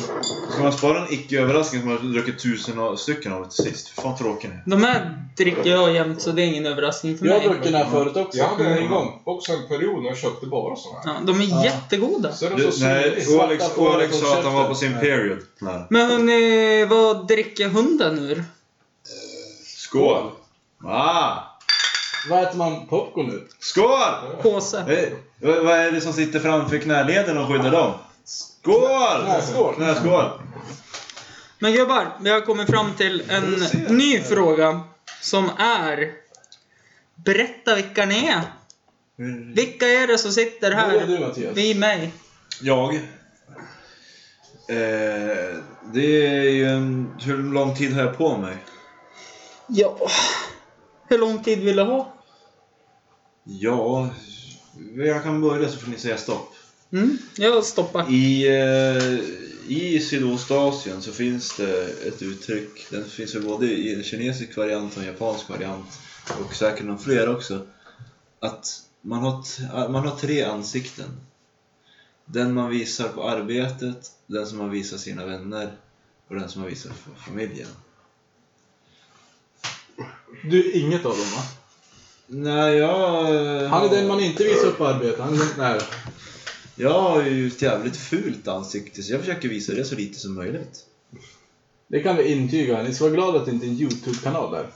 Speaker 5: Ska man spara en icke-överraskning som man har druckit tusen av- stycken av till sist? Hur fan tråkig ni är.
Speaker 2: De här dricker jag jämt så det är ingen överraskning för
Speaker 3: Jag har
Speaker 2: mig.
Speaker 3: druckit den här förut också.
Speaker 4: Jag hade en
Speaker 3: Mm.
Speaker 4: gång också en period när jag köpte bara såna här.
Speaker 2: Ja, de är
Speaker 3: Ja.
Speaker 2: jättegoda.
Speaker 4: Så är de
Speaker 5: Du,
Speaker 4: så
Speaker 5: nej,
Speaker 4: smidiga.
Speaker 5: Alex,
Speaker 3: svarta på
Speaker 5: Alex sa att han var på sin
Speaker 3: Nej.
Speaker 5: period. Nej.
Speaker 2: Men hörni, vad dricker hunden ur?
Speaker 5: Skål! Ah,
Speaker 3: Vad äter man popcorn nu?
Speaker 5: skål!
Speaker 2: Påse.
Speaker 5: Eh, vad vad är det som sitter framför knäleden och skyddar dem? Skål!
Speaker 3: Knäskål.
Speaker 5: Knäskål!
Speaker 2: Men gubbar, vi har kommit fram till en ny fråga. Som är... Berätta vilka ni är. Vilka är det som sitter
Speaker 3: Börja
Speaker 2: här?
Speaker 3: du Mattias.
Speaker 2: Vid mig.
Speaker 5: Jag. Eh, det är ju en... Hur lång tid har jag på mig?
Speaker 2: Ja. Hur lång tid vill du ha?
Speaker 5: Ja, jag kan börja så får ni säga stopp.
Speaker 2: Mm, jag stoppar.
Speaker 5: I, eh, I Sydostasien så finns det ett uttryck. Den finns ju både i en kinesisk variant och en japansk variant. Och säkert någon fler också. Att Man har, t- man har tre ansikten. Den man visar på arbetet, den som man visar sina vänner och den som man visar för familjen.
Speaker 3: Du, inget av dem va?
Speaker 5: Nej, jag... eh,
Speaker 3: Han är
Speaker 5: har-
Speaker 3: den man inte visar upp på arbetet. Han är den, nej.
Speaker 5: Jag har ju ett jävligt fult ansikte så jag försöker visa det så lite som möjligt.
Speaker 3: Det kan vi intyga. Ni ska vara glada att det inte är en YouTube-kanal där.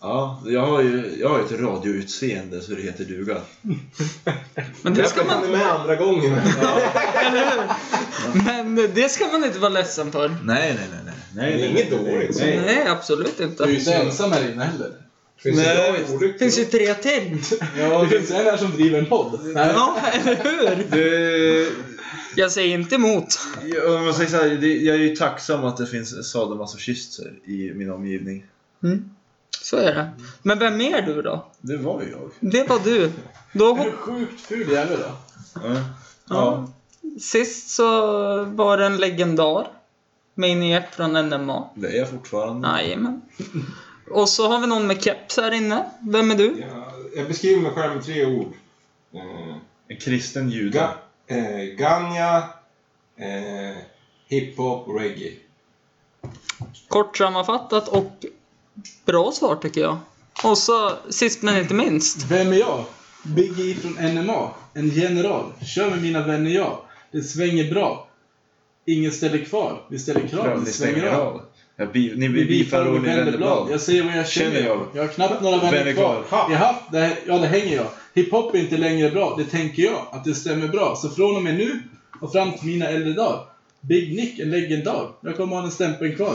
Speaker 5: Ja, jag har ju jag har ju ett radioutseende så det heter duga.
Speaker 2: Men det, ska
Speaker 4: han är
Speaker 2: man,
Speaker 4: med andra gången.
Speaker 2: men det ska man inte vara ledsen för.
Speaker 5: Nej, nej, nej. nej. nej,
Speaker 4: Det är
Speaker 5: nej,
Speaker 4: inget
Speaker 5: nej, nej.
Speaker 4: dåligt.
Speaker 5: Nej.
Speaker 2: Nej, absolut
Speaker 3: Du är ju
Speaker 2: inte.
Speaker 3: inte ensam här inne heller.
Speaker 4: Finns det
Speaker 5: Nej,
Speaker 4: bra
Speaker 5: visst.
Speaker 2: Det
Speaker 4: olyckor?
Speaker 2: finns ju tre till.
Speaker 3: Ja, det finns en här som driver en podd. Nej.
Speaker 2: Ja, eller hur?
Speaker 5: Du,
Speaker 2: Jag säger inte emot.
Speaker 5: Eh, jag, om jag, säger så här, det- jag är ju tacksam att det finns sadomasochister i min omgivning.
Speaker 2: Mm. Så är det. Men vem är du då?
Speaker 5: Det var ju jag.
Speaker 2: Det var du. Då
Speaker 3: Är
Speaker 2: hop-
Speaker 3: du sjukt ful jävel då?
Speaker 5: Ja.
Speaker 2: Ja. Sist så var det en legendar. Med injekt från NMA.
Speaker 5: Det är jag fortfarande.
Speaker 2: Jajamän. Och så har vi någon med keps här inne. Vem är du?
Speaker 4: Ja, jag beskriver mig själv med tre ord. Eh,
Speaker 5: En kristen
Speaker 4: Ga,
Speaker 5: jude.
Speaker 4: eh, Ganja, eh, hiphop, reggae.
Speaker 2: Kort sammanfattat och bra svar tycker jag. Och så sist men inte minst.
Speaker 3: Vem är jag? Big E från NMA. En general. Kör med mina vänner jag. Det svänger bra. Ingen ställer kvar. Vi ställer krav. Vi svänger av.
Speaker 5: Jag bi, ni blir bifall och ni vänder blad.
Speaker 3: Jag säger vad jag
Speaker 5: Känner
Speaker 3: känner.
Speaker 5: jag.
Speaker 3: Jag, har knappt några vänner,
Speaker 5: Vänner
Speaker 3: kvar.
Speaker 5: kvar.
Speaker 3: Jag haft det här, ja, det hänger jag. Hiphop är inte längre bra. Det tänker jag. Att det stämmer bra. Så från och med nu och fram till mina äldre dagar. Big Nick, en legendar. Jag kommer ha den stämpeln kvar.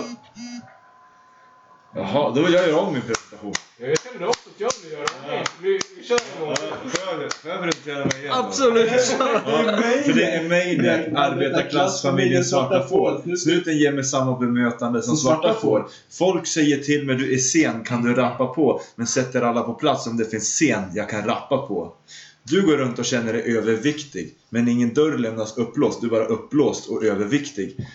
Speaker 5: Jaha, då gör jag om min presentation.
Speaker 4: Jag känner också att jag vill göra det. Vi, vi kör en gång.
Speaker 5: Får jag presentera mig igen? då?
Speaker 2: Absolut.
Speaker 5: Ja, för det är Maniac, arbetarklassfamiljen svarta får. Snuten ger mig samma bemötande som svarta får. Folk säger till mig du är sen, kan du rappa på? Men sätter alla på plats om det finns scen jag kan rappa på. Du går runt och känner dig överviktig, men ingen dörr lämnas upplåst, du är bara uppblåst och överviktig.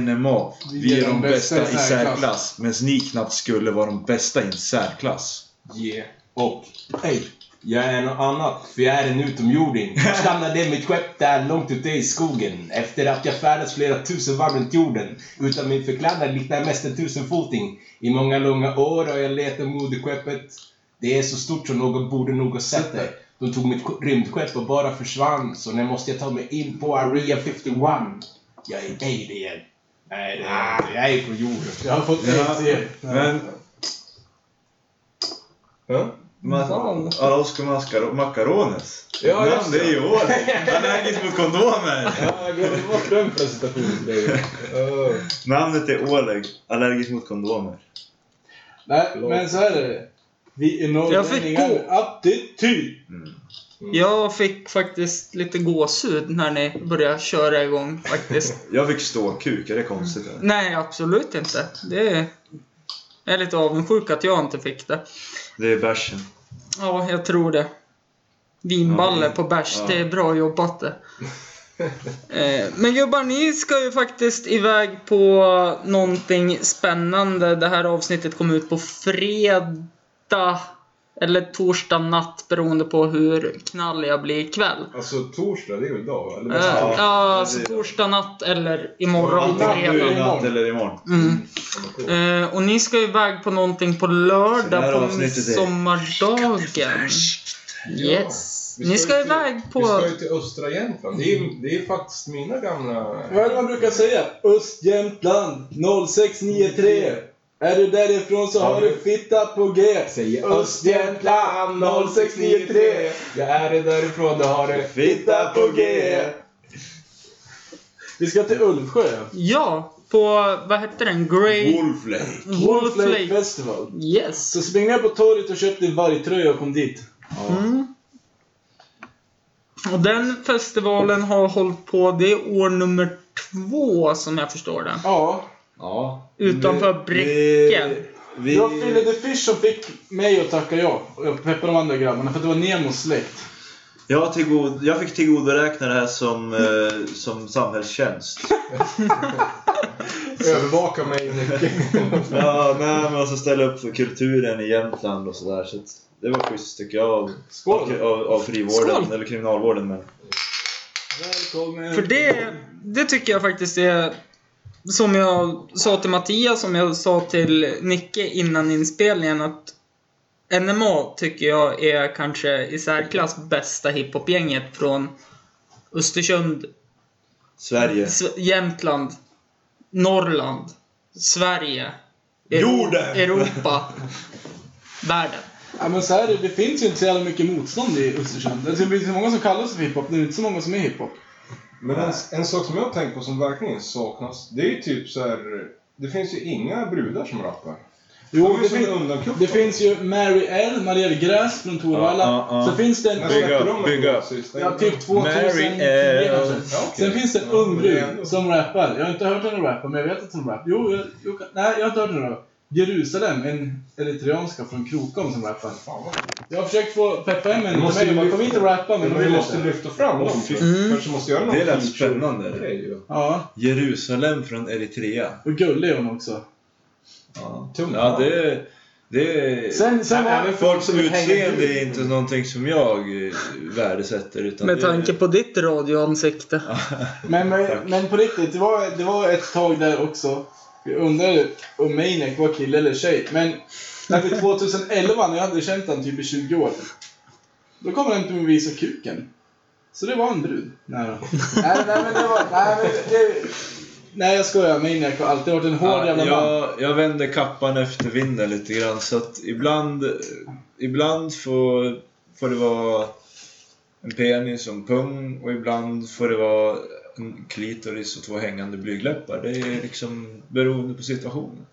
Speaker 5: NMA, vi är de bästa i särklass, medan ni knappt skulle vara de bästa i en särklass.
Speaker 4: Yeah. Och, hej. Jag är något annat, för jag är en utomjording. Stannade mitt skepp där långt ute i skogen. Efter att jag färdats flera tusen varv runt jorden. Utan min förklädnad liknar mest en tusenfoting. I många långa år har jag letat moderskeppet. Det är så stort så någon borde nog ha sett det. De tog mitt rymdskepp och bara försvann. Så nu måste jag ta mig in på Area 51. Jag är alien. Nej, det är jag inte. Jag är från jorden.
Speaker 3: Ah, Jag har fått aids igen.
Speaker 5: Men
Speaker 4: Ja.
Speaker 5: Ma- Alosco mascaro- Macarones.
Speaker 3: Ja,
Speaker 5: Men
Speaker 3: just
Speaker 5: det är ju vår. Allergisk mot kondomer.
Speaker 4: Jag glömde bort den presentationen till dig. Uh.
Speaker 5: Namnet är Oleg. Allergisk mot kondomer.
Speaker 3: Nej, men så här är det. Vi är
Speaker 2: Jag fick
Speaker 3: norrlänningar
Speaker 2: gå.
Speaker 3: med attityd.
Speaker 2: Jag fick faktiskt lite gåshud när ni började köra igång faktiskt.
Speaker 5: Jag fick ståkuk, är det konstigt eller?
Speaker 2: Nej, absolut inte. Det är... Jag är lite avundsjuk att jag inte fick det.
Speaker 5: Det är bärsen.
Speaker 2: Ja, jag tror det. Vinballe
Speaker 5: Ja.
Speaker 2: på bärs,
Speaker 5: Ja.
Speaker 2: det är bra jobbat det. Eh, Men gubbar, ni ska ju faktiskt iväg på någonting spännande. Det här avsnittet kommer ut på fredag eller torsdag natt beroende på hur knallig jag blir ikväll.
Speaker 4: Alltså torsdag, det är väl idag? va? Eller
Speaker 2: Eh,
Speaker 4: nästa
Speaker 5: Ja,
Speaker 2: Ja, alltså
Speaker 5: det-
Speaker 2: torsdag natt eller imorgon
Speaker 4: Ja,
Speaker 5: Nu i
Speaker 2: fredag.
Speaker 5: natt eller imorgon.
Speaker 2: Mm.
Speaker 4: vecka.
Speaker 2: Eh, och ni ska ju iväg på någonting på
Speaker 5: Så det här
Speaker 2: lördag på
Speaker 5: avsnittet är-
Speaker 2: midsommardagen. Yes.
Speaker 4: Vi
Speaker 2: Ni
Speaker 4: ju
Speaker 2: ska
Speaker 4: till-
Speaker 2: iväg
Speaker 4: Vi
Speaker 2: på...
Speaker 4: ska ju till östra Jämtland. Det är ju det är faktiskt mina gamla...
Speaker 3: Vad är det man brukar säga? Östjämtland 0693. Är du därifrån så har du fitta på G.
Speaker 4: Säg
Speaker 3: Östjämtland 0693.
Speaker 4: Jag är det därifrån, det har du.
Speaker 3: Fitta på G. Vi ska till Ulvsjö.
Speaker 2: Ja, på... Vad hette den? Grey...
Speaker 5: Wolfley.
Speaker 2: Wolf
Speaker 3: Wolflake
Speaker 2: Lake.
Speaker 3: Festival.
Speaker 2: Yes.
Speaker 3: Så spring ner på torget och köp din vargtröja och kom dit.
Speaker 2: Mm. Och den festivalen har hållit på... Det är år nummer två som jag förstår det.
Speaker 3: Ja.
Speaker 5: Ja.
Speaker 2: Utanför
Speaker 5: Vi-
Speaker 2: Bräcke.
Speaker 5: Vi...
Speaker 3: Det var Philly the Fish som fick mig att tacka ja. Och jag peppade de andra grabbarna för att det var Nemos släkt.
Speaker 5: Jag, tillgod, jag fick tillgodoräkna det här som, eh, som samhällstjänst.
Speaker 4: Övervaka mig mycket.
Speaker 5: Ja, nej, men alltså ställa upp för kulturen i Jämtland och sådär. Så att det var schysst tycker jag av,
Speaker 4: Skål!
Speaker 5: av, av frivården,
Speaker 2: Skål!
Speaker 5: eller kriminalvården. Men.
Speaker 4: Välkommen!
Speaker 2: För det, det tycker jag faktiskt är som jag sa till Mattias, som jag sa till Nicke innan inspelningen att NMA tycker jag är kanske i särklass bästa hiphopgänget från Östersund,
Speaker 5: Sverige.
Speaker 2: S- Jämtland, Norrland, Sverige, Euro-
Speaker 5: Jorden!
Speaker 2: Europa, världen.
Speaker 3: Ja, men så här, är det, det finns ju inte så jävla mycket motstånd i Östersund. Det är inte så många som kallar sig för hiphop, det är inte så många som är hiphop.
Speaker 4: Men en, en sak som jag har tänkt på som verkligen saknas, det är ju typ så här. Det finns ju inga brudar som rappar. De
Speaker 3: Jo,
Speaker 4: är ju
Speaker 3: det,
Speaker 4: som en
Speaker 3: fin-
Speaker 4: undankupp.
Speaker 3: det finns ju Mary L, Maria Gräs från Torvalla.
Speaker 5: Ja, ja, ja.
Speaker 3: Sen finns det en...
Speaker 4: När
Speaker 5: Bygg
Speaker 4: släppte
Speaker 5: upp,
Speaker 4: de en
Speaker 5: bygg upp.
Speaker 4: sista?
Speaker 3: Ja, typ 2000.
Speaker 5: Mary L.
Speaker 3: kanske. Sen finns det en ung brud som rappar. Jag har inte hört henne rappa, men jag vet att hon rappar. Jo, jag, jag, kan- nej, jag har inte hört henne rappa. Jerusalem, en eritreanska från Krokom som rappar. Jag har försökt få peppa hem henne
Speaker 4: måste
Speaker 3: till mig. Hon
Speaker 4: ju
Speaker 3: kommer inte rappa, men hon
Speaker 4: vi
Speaker 3: vill
Speaker 4: måste
Speaker 3: inte.
Speaker 4: lyfta fram dem.
Speaker 2: Mm.
Speaker 4: Kanske måste göra någon
Speaker 5: Det lät
Speaker 4: feature-
Speaker 5: spännande.
Speaker 4: grej, ju.
Speaker 3: Ja,
Speaker 5: Jerusalem från Eritrea.
Speaker 3: och gullig är hon också.
Speaker 5: Ja, ja det, det
Speaker 3: Sen- sen var-
Speaker 5: Även folks utseende är inte någonting som jag eh, värdesätter. Utan
Speaker 2: Med
Speaker 5: det-
Speaker 2: tanke på ditt radioansikte.
Speaker 3: Men,
Speaker 5: Tack.
Speaker 3: men, men på riktigt, det var, det var ett tag där också. Jag undrade om Maniac var kille eller tjej. Men när vi 2011, när jag hade känt han typ i 20 år. Då kom han inte med att visa kuken. Så det var en brud. Nej, då. nej, nej men det var... Nej, men det, nej jag skojar. Maniac har alltid varit en hård
Speaker 5: Ja,
Speaker 3: jävla man.
Speaker 5: jag, jag vänder kappan efter vinden lite grann så att ibland, ibland får, får det vara en penis som pung och ibland får det vara en klitoris och två hängande blygläppar. Det är liksom beroende på situationen.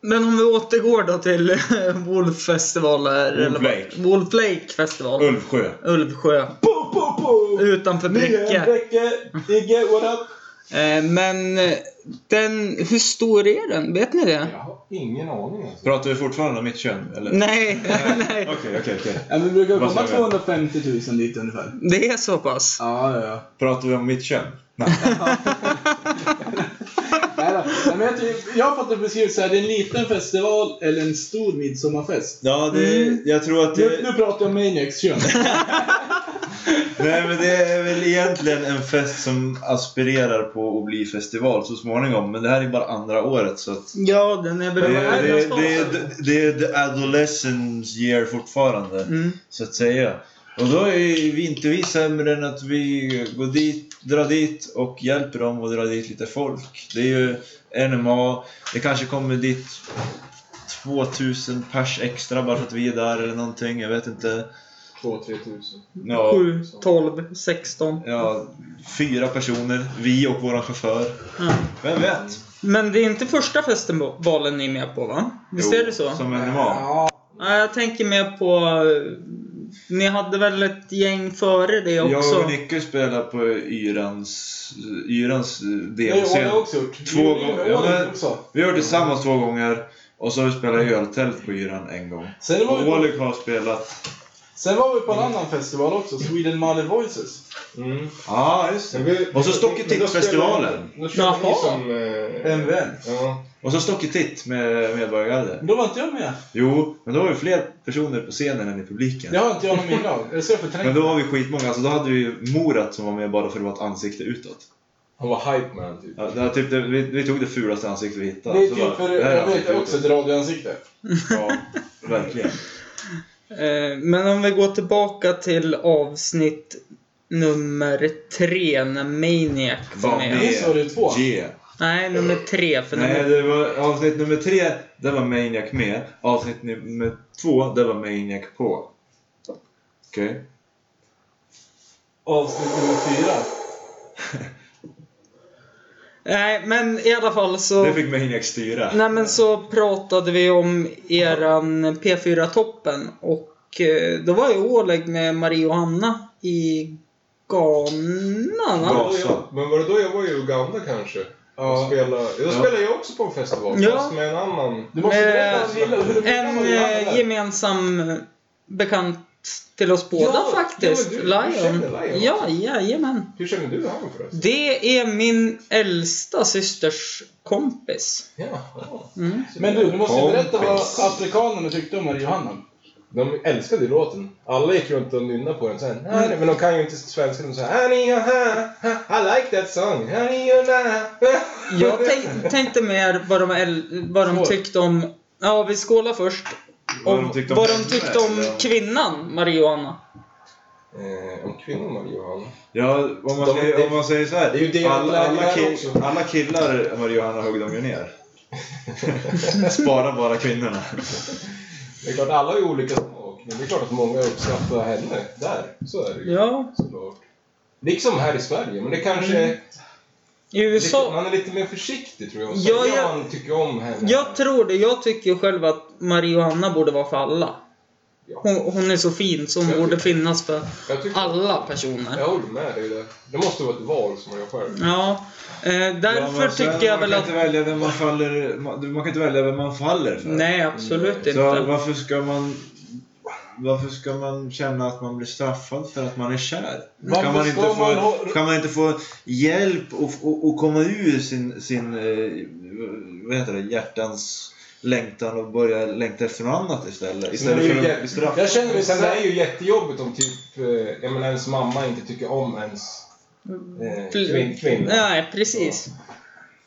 Speaker 2: Men om vi återgår då till Wolf Festival här. eller vad-
Speaker 5: Wolf Lake.
Speaker 2: Wolf Lake Festival.
Speaker 5: Ulvsjö.
Speaker 2: Ulvsjö.
Speaker 3: Po, po, po!
Speaker 2: Utanför
Speaker 3: Nya
Speaker 2: Bräcke.
Speaker 3: Bräcke. Igge, what up?
Speaker 2: Eh, Men eh, den, hur stor är den? Vet ni det?
Speaker 4: Jag har ingen aning alltså.
Speaker 5: Pratar vi fortfarande om mitt kön eller?
Speaker 2: Nej, nej.
Speaker 5: Okej, okej, okej.
Speaker 3: Ja, men det brukar
Speaker 5: Vad
Speaker 3: komma
Speaker 5: säger vi?
Speaker 3: 250 000 dit ungefär.
Speaker 2: Det är så pass.
Speaker 3: Ja, ja, ja.
Speaker 5: Pratar vi om mitt kön? Nej.
Speaker 3: Nej då. Nej, men jag, tycker- jag har fått det beskrivet så här, det är en liten festival eller en stor midsommarfest.
Speaker 5: Ja, det, jag tror att
Speaker 3: Nu,
Speaker 5: det...
Speaker 3: nu pratar jag om Maniacs kön.
Speaker 5: Nej men det är väl egentligen en fest som aspirerar på att bli festival så småningom. Men det här är bara andra året så att...
Speaker 2: Ja, den är väl...
Speaker 5: Det är, det, är- det, är, det är the adolescence year fortfarande,
Speaker 2: Mm.
Speaker 5: så att säga. Och då är vi inte vi sämre än att vi går dit, drar dit och hjälper dem att dra dit lite folk. Det är ju NMA, det kanske kommer dit 2000 pers extra bara för att vi är där eller någonting, jag vet inte.
Speaker 4: 2-3 tusen.
Speaker 5: Ja,
Speaker 2: 7, 12, 16.
Speaker 5: ja, fyra personer, vi och våran chaufför.
Speaker 2: Ja.
Speaker 5: Vem vet?
Speaker 2: Men det är inte första festivalen ni är med på va? Visst är det så?
Speaker 5: Som NMA.
Speaker 3: ja.
Speaker 2: Ja, jag tänker mer på... eh, Ni hade väl ett gäng före det också?
Speaker 5: Jag och Nicke spelar på Yrans, Yrans
Speaker 3: Det har
Speaker 5: delscen.
Speaker 3: jag också gjort.
Speaker 5: Två
Speaker 3: Det- det
Speaker 5: gånger.
Speaker 3: har jag
Speaker 5: Ja, men-
Speaker 3: också.
Speaker 5: Vi har gjort det tillsammans två gånger och så har vi spelat i öltält på Yran en gång.
Speaker 3: Sen, det var
Speaker 5: Och
Speaker 3: vi,
Speaker 5: Oleg har spelat...
Speaker 3: sen var vi på en
Speaker 5: Mm.
Speaker 3: annan festival också, Sweden Mother Voices.
Speaker 4: Mm.
Speaker 5: Ja, ah, just det. Och så Stocketitt-festivalen.
Speaker 4: Då kör vi
Speaker 2: Jaha.
Speaker 4: som... Eh,
Speaker 3: MVN.
Speaker 4: ja.
Speaker 5: Och så Stocketitt med Medborgargarde.
Speaker 3: Men då var inte jag med.
Speaker 5: Jo, men då var vi fler personer på scenen än i publiken.
Speaker 3: Det har inte jag någon minne av. Jag ser
Speaker 5: Men
Speaker 3: förträngt.
Speaker 5: då var vi skitmånga, så då hade vi ju Morat som var med bara för att vara ett ansikte utåt.
Speaker 4: Han var hype man typ.
Speaker 5: Ja, det var typ det, vi, vi tog det fulaste ansiktet vi
Speaker 3: Det
Speaker 5: hittade.
Speaker 3: är
Speaker 5: Så
Speaker 3: typ
Speaker 5: bara,
Speaker 3: för,
Speaker 5: det här är
Speaker 3: jag vet
Speaker 5: ansiktet
Speaker 3: också, ett
Speaker 5: utåt.
Speaker 3: radioansikte.
Speaker 5: Ja, verkligen.
Speaker 2: Eh, Men om vi går tillbaka till avsnitt nummer tre när Maniac var
Speaker 5: Var
Speaker 2: med.
Speaker 5: med.
Speaker 3: Nu sa du två.
Speaker 5: Yeah.
Speaker 2: Nej, nummer tre. För
Speaker 5: Nej,
Speaker 2: nummer...
Speaker 5: det var avsnitt nummer tre, där var Maniac med. Avsnitt nummer två, där var Maniac på. Okej.
Speaker 3: Avsnitt nummer fyra.
Speaker 2: Nej, men i alla fall så...
Speaker 5: Det fick Maniac styra.
Speaker 2: Nej, men så pratade vi om eran P4-toppen och eh, då var ju Oleg med Marie och Hanna i Ghana. va?
Speaker 5: Ja.
Speaker 4: Då jag- Men var det då jag var i Uganda kanske?
Speaker 3: Ja.
Speaker 4: Och spelade, då spelade jag också på en festival,
Speaker 2: Ja.
Speaker 4: fast med en annan.
Speaker 3: Du måste
Speaker 2: Med
Speaker 3: berätta om Lilla- hur du
Speaker 2: En
Speaker 3: berättar om Lilla
Speaker 2: eh,
Speaker 3: Hanna där.
Speaker 2: gemensam bekant till oss båda
Speaker 4: Ja,
Speaker 2: faktiskt.
Speaker 4: ja, men du- du
Speaker 2: Lion.
Speaker 4: känner Lion
Speaker 2: Ja, jajamän.
Speaker 4: Hur känner du han förresten?
Speaker 2: Det är min äldsta systers kompis.
Speaker 4: Ja.
Speaker 2: Mm.
Speaker 3: Men du, du måste
Speaker 4: Kompis.
Speaker 3: berätta vad afrikanerna tyckte om Maria Johanna.
Speaker 4: De älskade ju låten. Alla gick runt och nynnade på den sen. Nej, nej, Men de kan ju inte svenska. De sa "Honey, oh, ha, ha, I like that song. Honey, oh, na."
Speaker 2: Jag tänk, tänkte mer vad de, äl- vad de
Speaker 3: Skål.
Speaker 2: tyckte om... Ja, vi skålar först.
Speaker 5: Vad
Speaker 2: Om,
Speaker 5: de tyckte om
Speaker 2: vad de
Speaker 5: henne,
Speaker 2: tyckte om
Speaker 5: ja.
Speaker 2: kvinnan, Marijuana.
Speaker 4: Eh, Om kvinnorna var Johanna.
Speaker 5: Ja, om man,
Speaker 4: De-
Speaker 5: säger, om man säger så här.
Speaker 4: det är ju det
Speaker 5: alla,
Speaker 4: jag
Speaker 5: alla,
Speaker 4: lär
Speaker 5: kill,
Speaker 4: också.
Speaker 5: alla killar Marijuana högg de ju ner. Spara bara kvinnorna.
Speaker 4: Det är klart, alla är ju olika smak. Men det är klart att många uppskattar henne där. Så är det ju.
Speaker 2: Ja.
Speaker 4: Såklart. Liksom här i Sverige. Men det
Speaker 2: Mm.
Speaker 4: kanske...
Speaker 2: I USA...
Speaker 4: Man är lite mer försiktig tror jag. Och
Speaker 2: Ja,
Speaker 4: ja,
Speaker 2: jag-
Speaker 4: man tycker om henne.
Speaker 2: Jag tror det. Jag tycker ju själv att Marijuana borde vara för alla.
Speaker 4: Ja.
Speaker 2: Hon, hon är så fin så
Speaker 4: Jag
Speaker 2: hon
Speaker 4: tycker-
Speaker 2: borde finnas för
Speaker 4: jag tycker,
Speaker 2: alla personer.
Speaker 4: Jag håller med dig där. Det måste vara ett val som man gör själv.
Speaker 2: Ja, eh,
Speaker 5: Ja,
Speaker 2: därför
Speaker 5: men sen,
Speaker 2: tycker jag väl
Speaker 5: man kan
Speaker 2: att...
Speaker 5: Inte välja vem man, faller, man, man kan inte välja vem man faller för.
Speaker 2: Nej, absolut
Speaker 5: Så
Speaker 2: inte.
Speaker 5: varför ska man... Varför ska man känna att man blir straffad för att man är kär?
Speaker 3: Varför
Speaker 5: Kan man, inte
Speaker 3: ska
Speaker 5: få,
Speaker 3: man ha-
Speaker 5: kan man inte få hjälp och, och, och komma ur sin, sin eh, vad heter det, hjärtans längtan och börja längta efter något annat istället?
Speaker 4: det är
Speaker 5: Istället
Speaker 4: ju
Speaker 5: för att
Speaker 4: jävligt
Speaker 5: bli straffad.
Speaker 3: Jag känner mig
Speaker 4: Men sen det
Speaker 3: såhär...
Speaker 4: är ju jättejobbigt om typ, eh, jag menar ens mamma inte tycker om ens eh, kvin, kvinna.
Speaker 2: Nej, precis.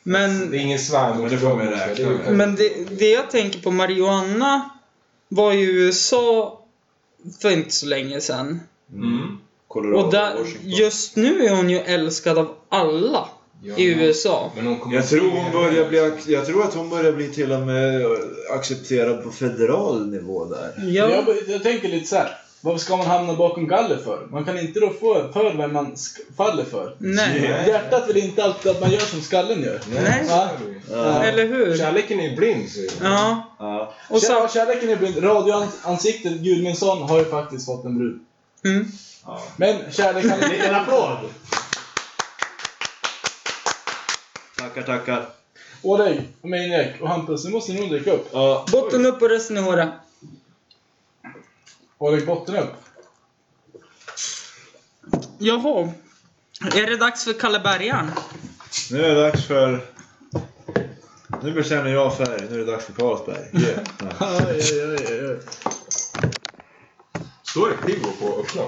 Speaker 2: Men
Speaker 4: Det är ingen svärmor.
Speaker 5: Men det får man ju räkna
Speaker 4: Det är ju-
Speaker 5: med.
Speaker 2: Men det, det jag tänker på, marijuana var ju i USA för inte så länge sedan.
Speaker 4: Mm.
Speaker 5: Colorado,
Speaker 2: Och där,
Speaker 5: Washington.
Speaker 2: just nu är hon ju älskad av alla
Speaker 4: Ja,
Speaker 2: i USA.
Speaker 4: Men hon kommer
Speaker 5: Jag tror, hon börjar bli, ac- jag tror att hon börjar bli till och med accepterad på federal nivå där.
Speaker 2: Ja,
Speaker 3: Jag, jag tänker lite såhär. Varför ska man hamna bakom galler för? Man kan inte då få för vem man sk- faller för.
Speaker 2: nej.
Speaker 3: Hjärtat vill inte alltid att man gör som skallen gör.
Speaker 2: Nej.
Speaker 3: Va?
Speaker 5: Ja.
Speaker 2: Eller hur?
Speaker 4: Kärleken är ju blind säger hon.
Speaker 2: Ja.
Speaker 5: Ja.
Speaker 2: Och
Speaker 3: Kär-
Speaker 2: så,
Speaker 3: Kärleken är blind. Radioansiktet Gudmundsson har ju faktiskt fått en brud.
Speaker 2: mm.
Speaker 3: Men kärleken...
Speaker 6: En applåd!
Speaker 5: Tackar, tackar.
Speaker 3: Och dig, och Maniac, och Hampus. Nu måste ni nog dricka upp.
Speaker 5: Ja.
Speaker 2: Botten upp och resten i håret.
Speaker 3: Och lägg botten upp.
Speaker 2: Jaha. Är det dags för Kalle Bergaren?
Speaker 5: Nu är det dags för... Nu bekänner jag färg. Nu är det dags för Carlsberg. Yeah. Ja.
Speaker 3: Aj, aj, aj, aj.
Speaker 4: Står det Pivo på öppna?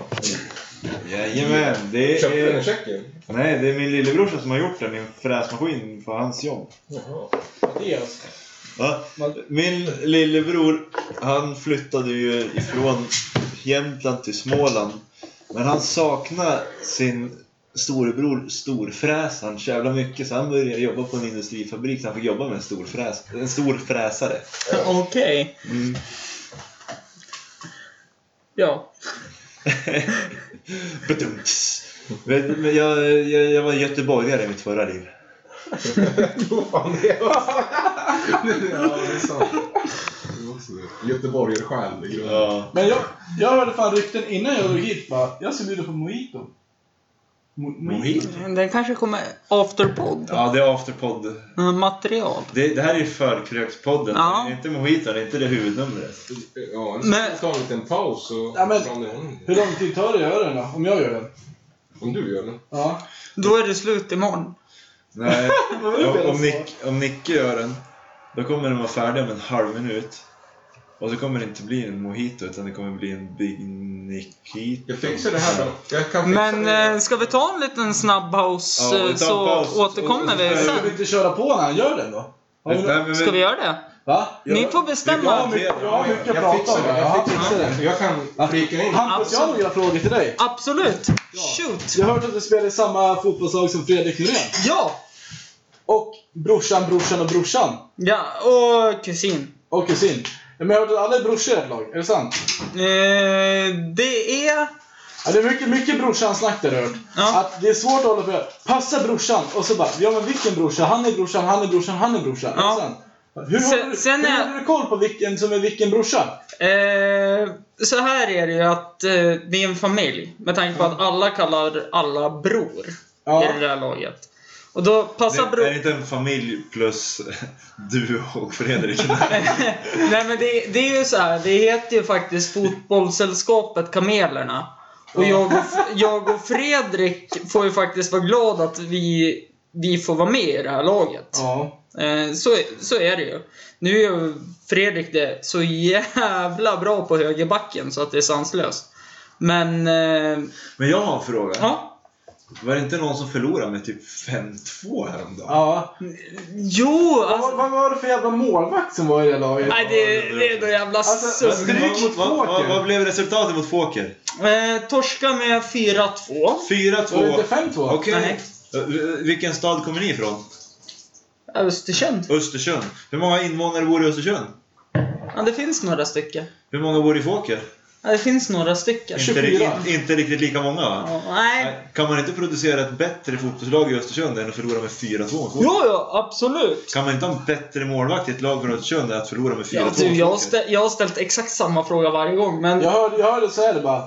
Speaker 5: Jajamän, det
Speaker 3: Eh,
Speaker 4: Köpte den i
Speaker 5: är...
Speaker 4: Tjeckien?
Speaker 5: Nej, det är min lillebrorsa som har gjort den i en fräsmaskin för hans jobb.
Speaker 4: Jaha.
Speaker 3: Mattias.
Speaker 5: Va? Min lillebror, han flyttade ju ifrån Jämtland till Småland. Men han saknade sin storebror storfräsaren så jävla mycket så han började jobba på en industrifabrik så han fick jobba med en stor, fräs, en stor fräsare.
Speaker 2: Okej.
Speaker 5: Mm.
Speaker 2: Ja.
Speaker 5: Badumts. Men- men jag, jag, jag var göteborgare i mitt förra liv.
Speaker 4: Vad fan det är Ja, det är sant. Det är också det. Göteborgarsjäl
Speaker 5: liksom.
Speaker 4: i grunden.
Speaker 5: Ja.
Speaker 3: Men jag, jag hörde fan rykten innan jag drog hit bara, jag ska bjuda på mojito. Mo-
Speaker 5: Mojito?
Speaker 2: Den kanske kommer afterpod.
Speaker 5: Ja, det är afterpod.
Speaker 2: Eh, Material.
Speaker 5: Det, det här är ju förkrökspodden.
Speaker 2: Ja.
Speaker 5: Det är inte mojiton, det är inte det huvudnumret.
Speaker 4: Ja, nu
Speaker 2: Men-
Speaker 4: ska vi ta en liten paus och...
Speaker 3: Ja, men-
Speaker 4: Fram igen.
Speaker 3: Hur lång tid tar det att göra den då? Om jag gör den?
Speaker 4: Om du gör det.
Speaker 3: Ja.
Speaker 2: Då är det slut imorgon.
Speaker 5: Nej, om, om,
Speaker 3: så.
Speaker 5: Nick, om Nicke gör den, då kommer den vara färdig om en halv minut. Och så kommer det inte bli en mojito utan det kommer bli en big Nikito.
Speaker 4: Jag fixar det här då. Jag kan fixa
Speaker 2: Men
Speaker 4: det.
Speaker 2: eh, ska vi ta en liten snabb paus
Speaker 5: Ja, vi tar
Speaker 2: eh,
Speaker 5: en
Speaker 2: så
Speaker 5: paus.
Speaker 2: återkommer vi
Speaker 3: Men Ska vi
Speaker 2: sen?
Speaker 3: Eh, inte köra på när han gör den då? Har vi nå-
Speaker 5: Nej, men-
Speaker 2: Ska vi göra det?
Speaker 3: Va?
Speaker 2: Ni får
Speaker 5: Ja,
Speaker 2: bestämma.
Speaker 5: men-
Speaker 3: Jag har mycket att
Speaker 4: Jag
Speaker 3: prata om.
Speaker 4: fixar det.
Speaker 3: Ja,
Speaker 4: Jag
Speaker 3: han fixar
Speaker 4: fixar
Speaker 3: det.
Speaker 4: det. Jag kan flika in.
Speaker 3: Hampus, jag har några frågor till dig.
Speaker 2: Absolut. Shoot.
Speaker 3: Jag har hört att du spelar i samma fotbollslag som Fredrik Norén.
Speaker 2: Ja.
Speaker 3: Och brorsan, brorsan och brorsan.
Speaker 2: Ja, och kusin.
Speaker 3: Och kusin. Men jag har hört att alla är brorsor i ett lag. Är det sant?
Speaker 2: Eh, det är...
Speaker 3: Ja, det är mycket, mycket brorsan-snack där har jag hört.
Speaker 2: Ja.
Speaker 3: Att det är svårt att hålla på. Passa brorsan! Och så bara, ja men vilken brorsa? Han är brorsan, han är brorsan, han är brorsan.
Speaker 2: Ja.
Speaker 3: Och Sen, hur
Speaker 2: Sen-
Speaker 3: håller du,
Speaker 2: sen
Speaker 3: hur
Speaker 2: är-
Speaker 3: håller du koll på vilken som är vilken brorsa?
Speaker 2: Eh, så här är det ju att eh, det är en familj. Med tanke på att alla kallar alla bror
Speaker 3: Ja.
Speaker 2: i det där laget. Och då passar
Speaker 5: Det
Speaker 2: bro...
Speaker 5: är inte en familj plus du och Fredrik.
Speaker 2: Nej men det, det är ju så här. Det heter ju faktiskt Fotbollssällskapet Kamelerna. Och jag och, jag och Fredrik får ju faktiskt vara glada att vi, vi får vara med i det här laget.
Speaker 3: Ja.
Speaker 2: Eh, så, så är det ju. Nu är ju Fredrik det så jävla bra på högerbacken så att det är sanslöst. Men, eh,
Speaker 5: Men jag har en fråga.
Speaker 2: ja.
Speaker 5: Var det inte någon som förlorade med typ 5-2 häromdagen?
Speaker 3: ja.
Speaker 2: Jo,
Speaker 3: Vad,
Speaker 2: alltså.
Speaker 3: vad var det för jävla målvakt som var i det laget?
Speaker 2: Nej, det, det är då jävla
Speaker 3: Alltså,
Speaker 2: alltså,
Speaker 3: alltså, Stryk mot
Speaker 5: vad, vad,
Speaker 3: Fåker.
Speaker 5: vad blev resultatet mot Fåker?
Speaker 2: eh, Torska med 4-2.
Speaker 5: 4-2.
Speaker 3: Var det inte 5-2?
Speaker 5: Okej.
Speaker 2: Nej.
Speaker 5: Eh, Vilken stad kommer ni ifrån?
Speaker 2: Östersund.
Speaker 5: Östersund. Hur många invånare bor i Östersund?
Speaker 2: Ja, det finns några stycken.
Speaker 5: Hur många bor i Fåker?
Speaker 2: Ja, det finns några stycken.
Speaker 3: 24.
Speaker 5: Inte, inte riktigt lika många va?
Speaker 2: Ja, nej.
Speaker 5: Nej. Kan man inte producera ett bättre fotbollslag i Östersund än att förlora med 4-2 mot Fåker?
Speaker 2: Jo, jo, absolut.
Speaker 5: Kan man inte ha en bättre målvakt i ett lag från Östersund än att förlora med 4-2
Speaker 2: Ja,
Speaker 5: mot
Speaker 2: du, jag, har
Speaker 5: Fåker?
Speaker 2: stä- jag har ställt exakt samma fråga varje gång, men...
Speaker 3: Jag hörde, jag hörde så här det bara.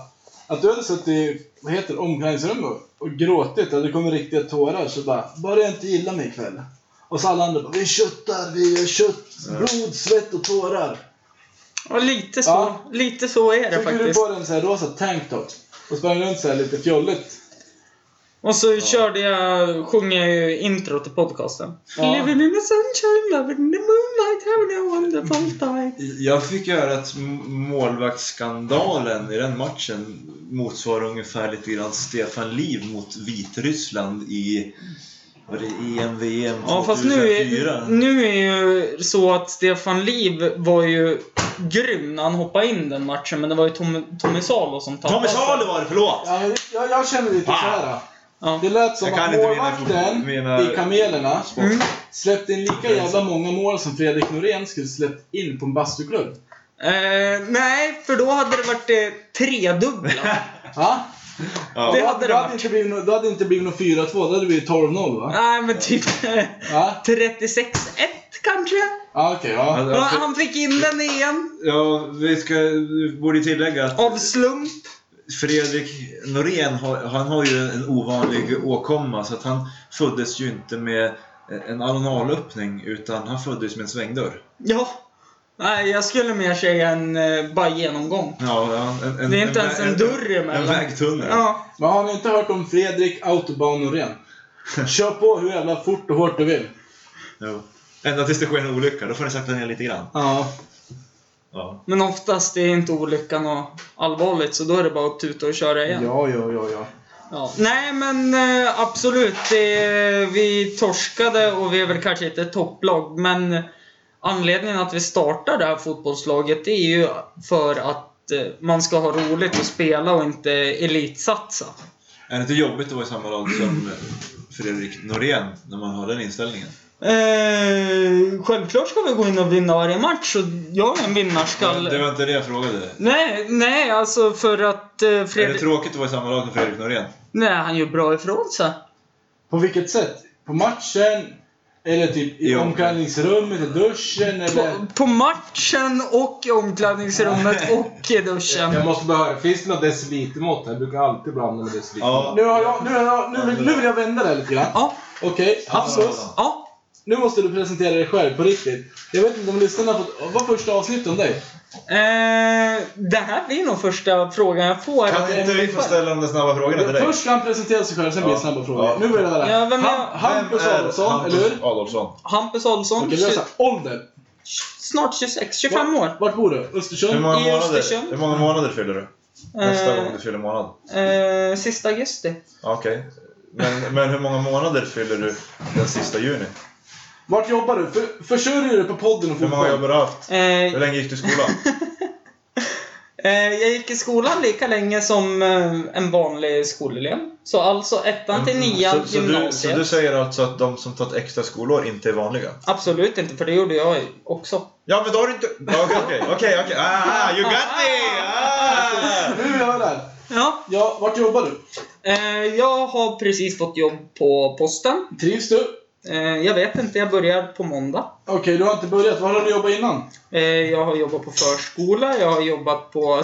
Speaker 3: Att du hade suttit i, vad heter det, omklädningsrummet och- och gråtit och det kom riktiga tårar så bara, börja inte gilla mig ikväll. Och så alla andra bara, vi köttar, vi gör kött, blod, svett och tårar.
Speaker 2: Ja, lite så,
Speaker 3: Ja.
Speaker 2: lite så är det
Speaker 3: Så gjorde du
Speaker 2: faktiskt.
Speaker 3: på dig en sån här rosa tanktop och sprang runt så här lite fjolligt.
Speaker 2: Och så körde jag, sjunger ju intro till podcasten.
Speaker 3: Ja.
Speaker 2: Living in the sunshine, loving in the moonlight, having a wonderful time.
Speaker 5: Jag fick höra att m- målvaktsskandalen i den matchen motsvarar ungefär lite grann Stefan Liv mot Vitryssland i var det E EM, VM 2004.
Speaker 2: Ja, fast nu är, nu är ju så att Stefan Liv var ju grym när han hoppade in den matchen, men det var ju Tommy, Tommy Salo som tappade.
Speaker 5: Tommy Salo var det, förlåt!
Speaker 3: Ja, men jag, jag känner lite så här.
Speaker 2: Ja.
Speaker 3: Det lät som
Speaker 5: Jag kan
Speaker 3: att
Speaker 5: inte mina
Speaker 3: målvakten
Speaker 5: fot- mina-
Speaker 3: i Kamelerna
Speaker 2: Mm.
Speaker 3: släppte in lika jävla många mål som Fredrik Norén skulle släppt in på en bastuklubb.
Speaker 2: Eh, nej, för då hade det varit eh, tredubbla.
Speaker 3: Ja?
Speaker 5: Ja.
Speaker 2: Det
Speaker 3: Då-
Speaker 2: hade
Speaker 3: då
Speaker 2: det
Speaker 3: hade
Speaker 2: varit.
Speaker 3: inte blivit no- Då hade det inte blivit något 4-2, då hade det blivit 12-0 va?
Speaker 2: nej, men typ eh,
Speaker 3: Ja,
Speaker 2: 36-1 kanske.
Speaker 3: ja okej. ja.
Speaker 5: Ja, för-
Speaker 2: Han fick in den igen,
Speaker 5: Ja, vi ska, vi borde tillägga att
Speaker 2: av slump.
Speaker 5: Fredrik Norén har, han har ju en ovanlig åkomma så att han föddes ju inte med en analöppning utan han föddes med en svängdörr.
Speaker 2: Ja. Nej, jag skulle mer säga en eh, bara genomgång.
Speaker 5: Ja, ja, en, en,
Speaker 2: Det är inte ens
Speaker 5: vä-
Speaker 2: en dörr
Speaker 5: En
Speaker 2: emellan.
Speaker 5: vägtunnel.
Speaker 2: Ja.
Speaker 3: Men har ni inte hört om Fredrik Autobahn Norén? Kör på hur jävla fort och hårt du vill.
Speaker 5: Jo. Ända tills det sker en olycka, då får ni sakta ner lite grann.
Speaker 3: Ja.
Speaker 5: Ja.
Speaker 2: Men oftast är inte olyckan något allvarligt, så då är det bara att tuta och köra igen.
Speaker 3: Ja, ja, ja, ja.
Speaker 2: Ja. Nej, men eh, absolut. Det, vi torskade och vi är väl kanske inte ett topplag, men anledningen att vi startar det här fotbollslaget det är ju för att eh, man ska ha roligt och spela och inte elitsatsa.
Speaker 5: Är det inte jobbigt att vara i samma lag som Fredrik Norén när man har den inställningen?
Speaker 2: Eh, självklart ska vi gå in och vinna varje match och jag är en vinnarskalle.
Speaker 5: Det var inte det jag frågade.
Speaker 2: Nej, nej alltså för att eh,
Speaker 5: Är det
Speaker 2: Fredrik...
Speaker 5: tråkigt att vara i samma lag som Fredrik Norén?
Speaker 2: Nej, han gör bra ifrån sig.
Speaker 3: På vilket sätt? På matchen? Eller typ i
Speaker 5: I
Speaker 3: omklädningsrummet, i duschen eller?
Speaker 2: På, på matchen och i omklädningsrummet och i duschen.
Speaker 4: Jag måste bara höra, finns det något decilitermått här? Jag brukar alltid blanda med deciliter.
Speaker 5: Ja.
Speaker 3: Nu, har jag, nu, har jag, nu, vill, nu vill jag vända det här lite grann.
Speaker 2: Ja,
Speaker 3: Okej, Hampus.
Speaker 2: ja.
Speaker 3: Nu måste du presentera dig själv på riktigt. Jag vet inte om lyssnarna har fått... Vad var första avsnittet om dig?
Speaker 2: Eh, det här blir nog första frågan jag får. Eh,
Speaker 5: Kan inte vi få ställa de där snabba frågorna till dig?
Speaker 3: Först ska han presentera sig själv, sen blir det
Speaker 5: Ja.
Speaker 3: snabba frågor.
Speaker 5: Ja.
Speaker 3: Nu vill jag höra.
Speaker 2: Ja, vem
Speaker 3: Ham-
Speaker 2: är-
Speaker 3: Hampus
Speaker 5: Vem är
Speaker 3: Adolfsson, eller hur?
Speaker 5: Hampus Adolfsson.
Speaker 2: Hampus Olsson,
Speaker 3: Okej, vi gör så här. Ålder.
Speaker 2: tj- snart 26, 25 år.
Speaker 3: Vart bor du?
Speaker 5: Hur
Speaker 3: Östersund?
Speaker 5: många,
Speaker 2: I
Speaker 5: månader,
Speaker 2: Östersund.
Speaker 5: hur många månader fyller du? Nästa gång du fyller månad?
Speaker 2: Eh, sista augusti.
Speaker 5: Ja, Okej. Men, men hur många månader fyller du den sista juni?
Speaker 3: Vart jobbar du? För, försörjer du på podden och
Speaker 5: Hur många jobb
Speaker 3: fotboll?
Speaker 5: har du haft?
Speaker 2: Eh,
Speaker 5: Hur länge gick du i skolan?
Speaker 2: Eh, jag gick i skolan lika länge som eh, en vanlig skolelev. Så alltså ettan till nian
Speaker 5: Mm. så, så, du, så
Speaker 2: gymnasiet.
Speaker 5: du säger alltså att de som tagit extra skolår inte är vanliga?
Speaker 2: Absolut inte, för det gjorde jag också.
Speaker 5: Ja, men då har du inte... Ja, Okej, okej, okej. okej. Ah, you got me! Ah!
Speaker 3: Nu vill jag höra.
Speaker 2: Ja,
Speaker 3: Ja, vart jobbar du?
Speaker 2: eh, jag har precis fått jobb på posten.
Speaker 3: Trivs du?
Speaker 2: Eh, jag vet inte, jag börjar på måndag.
Speaker 3: Okej, du har inte börjat. Var har du jobbat innan?
Speaker 2: Eh, jag har jobbat på förskola, jag har jobbat på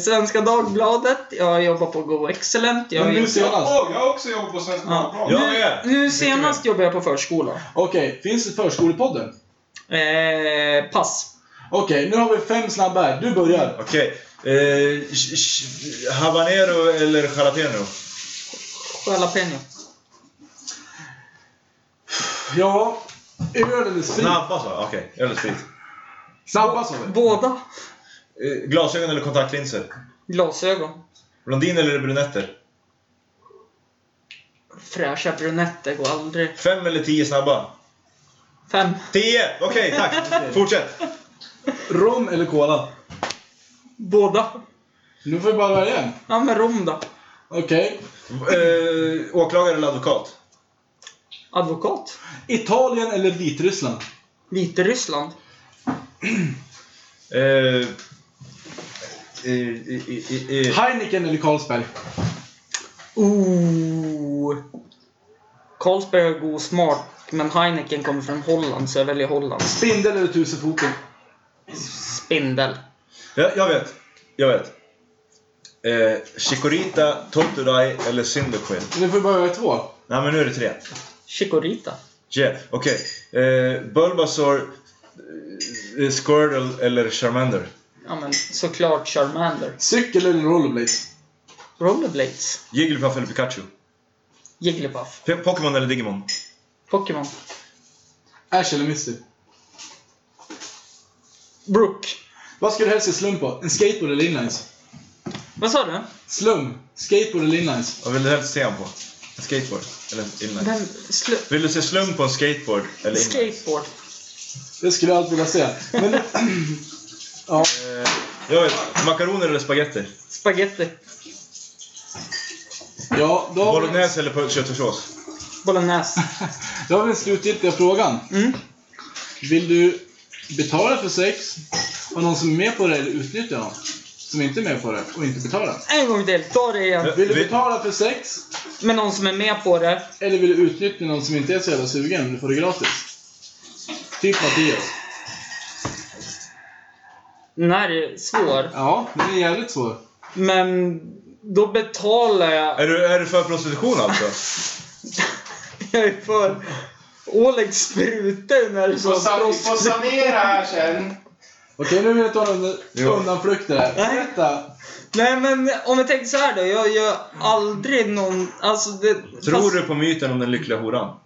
Speaker 2: Svenska Dagbladet, jag har jobbat på Go Excellent. Jag har
Speaker 3: Men nu
Speaker 2: jobbat...
Speaker 3: senast.
Speaker 4: Åh, jag har också jobbat på Svenska
Speaker 2: Ja.
Speaker 4: Dagbladet.
Speaker 5: Jag med.
Speaker 2: Nu, nu senast jobbade jag på förskola.
Speaker 3: Okej, finns förskolepodden?
Speaker 2: Eh, pass.
Speaker 3: Okej, nu har vi fem snabba här. Du börjar.
Speaker 5: Okej. Eh, sh- sh- habanero eller
Speaker 2: Mm.
Speaker 5: jalapeno?
Speaker 2: Jalapeno.
Speaker 3: Ja, öl eller sprit?
Speaker 5: Snabba så. Okej, eller sprit.
Speaker 3: Snabba sa vi.
Speaker 2: Båda.
Speaker 5: Eh, glasögon eller kontaktlinser?
Speaker 2: Glasögon.
Speaker 5: Blondiner eller brunetter?
Speaker 2: Fräscha brunetter går aldrig.
Speaker 5: Fem eller tio snabba?
Speaker 2: Fem.
Speaker 5: Tio! Okej, tack! Fortsätt!
Speaker 3: Rom eller cola?
Speaker 2: Båda.
Speaker 3: Nu får vi bara välja en.
Speaker 2: Ja, men rom då.
Speaker 3: Okej.
Speaker 5: Eh, åklagare eller advokat?
Speaker 2: Advokat.
Speaker 3: Italien eller Vitryssland?
Speaker 2: Vitryssland.
Speaker 5: Eh, eh, eh, eh, eh.
Speaker 3: Heineken eller Carlsberg?
Speaker 2: Ooh. Carlsberg har god smak, men Heineken kommer från Holland, så jag väljer Holland.
Speaker 3: Spindel eller tusenfoting?
Speaker 2: Spindel.
Speaker 5: Ja, jag vet. Jag vet. Eh, Chikorita, Totodai eller Cyndaquil?
Speaker 3: Nu får vi bara välja två.
Speaker 5: Nej, men nu är det tre.
Speaker 2: Chikorita.
Speaker 5: Yeah, okej. Eh, Bulbasaur, eh, Squirtle eller Charmander?
Speaker 2: Ja, men såklart Charmander.
Speaker 3: Cykel eller rollerblades?
Speaker 2: Rollerblades.
Speaker 5: Jigglypuff eller Pikachu?
Speaker 2: Jigglypuff.
Speaker 5: P- Pokémon eller Digimon?
Speaker 2: Pokémon.
Speaker 3: Ash eller Misty?
Speaker 2: Brook.
Speaker 3: Vad ska du helst se slum på? En skateboard eller inlines?
Speaker 2: Vad sa du?
Speaker 3: Slum, skateboard eller inlines?
Speaker 5: Vad vill du helst se honom på? En skateboard? Eller en inline?
Speaker 2: Vem? Slu-
Speaker 5: Vill du se slum på en skateboard? Eller inline?
Speaker 2: skateboard.
Speaker 3: Det skulle jag alltid vilja se. Men, ja.
Speaker 5: Eh, jag vet. Makaroner eller spagetti?
Speaker 2: Spaghetti.
Speaker 3: ja, då har, vi,
Speaker 5: Bolognese eller på- köttfärssås?
Speaker 2: Bolognese.
Speaker 3: då har vi den slutgiltiga frågan.
Speaker 2: Mm.
Speaker 3: Vill du betala för sex och någon som är med på det eller utnyttja någon som inte är med på det och inte betalar?
Speaker 2: En gång till. Ta det igen.
Speaker 3: Vill du
Speaker 5: Vi-
Speaker 3: betala för sex
Speaker 2: Med någon som är med på det.
Speaker 3: eller vill du utnyttja någon som inte är så jävla sugen men du får det gratis? Typ Mattias.
Speaker 2: Den här är svår.
Speaker 3: Ja, den är jävligt svår.
Speaker 2: Men då betalar jag
Speaker 5: Är du, är du för prostitution alltså?
Speaker 2: Jag är för Oleg sprutor när du
Speaker 6: Få
Speaker 2: sa
Speaker 6: san-
Speaker 2: prost.
Speaker 6: få sanera här sen.
Speaker 3: Okej, nu vill jag ta en
Speaker 5: Jo.
Speaker 3: undanflykter här. Berätta.
Speaker 2: Nej men om jag tänker så här då. Jag gör aldrig någon... Alltså det...
Speaker 5: Tror du på myten om den lyckliga horan?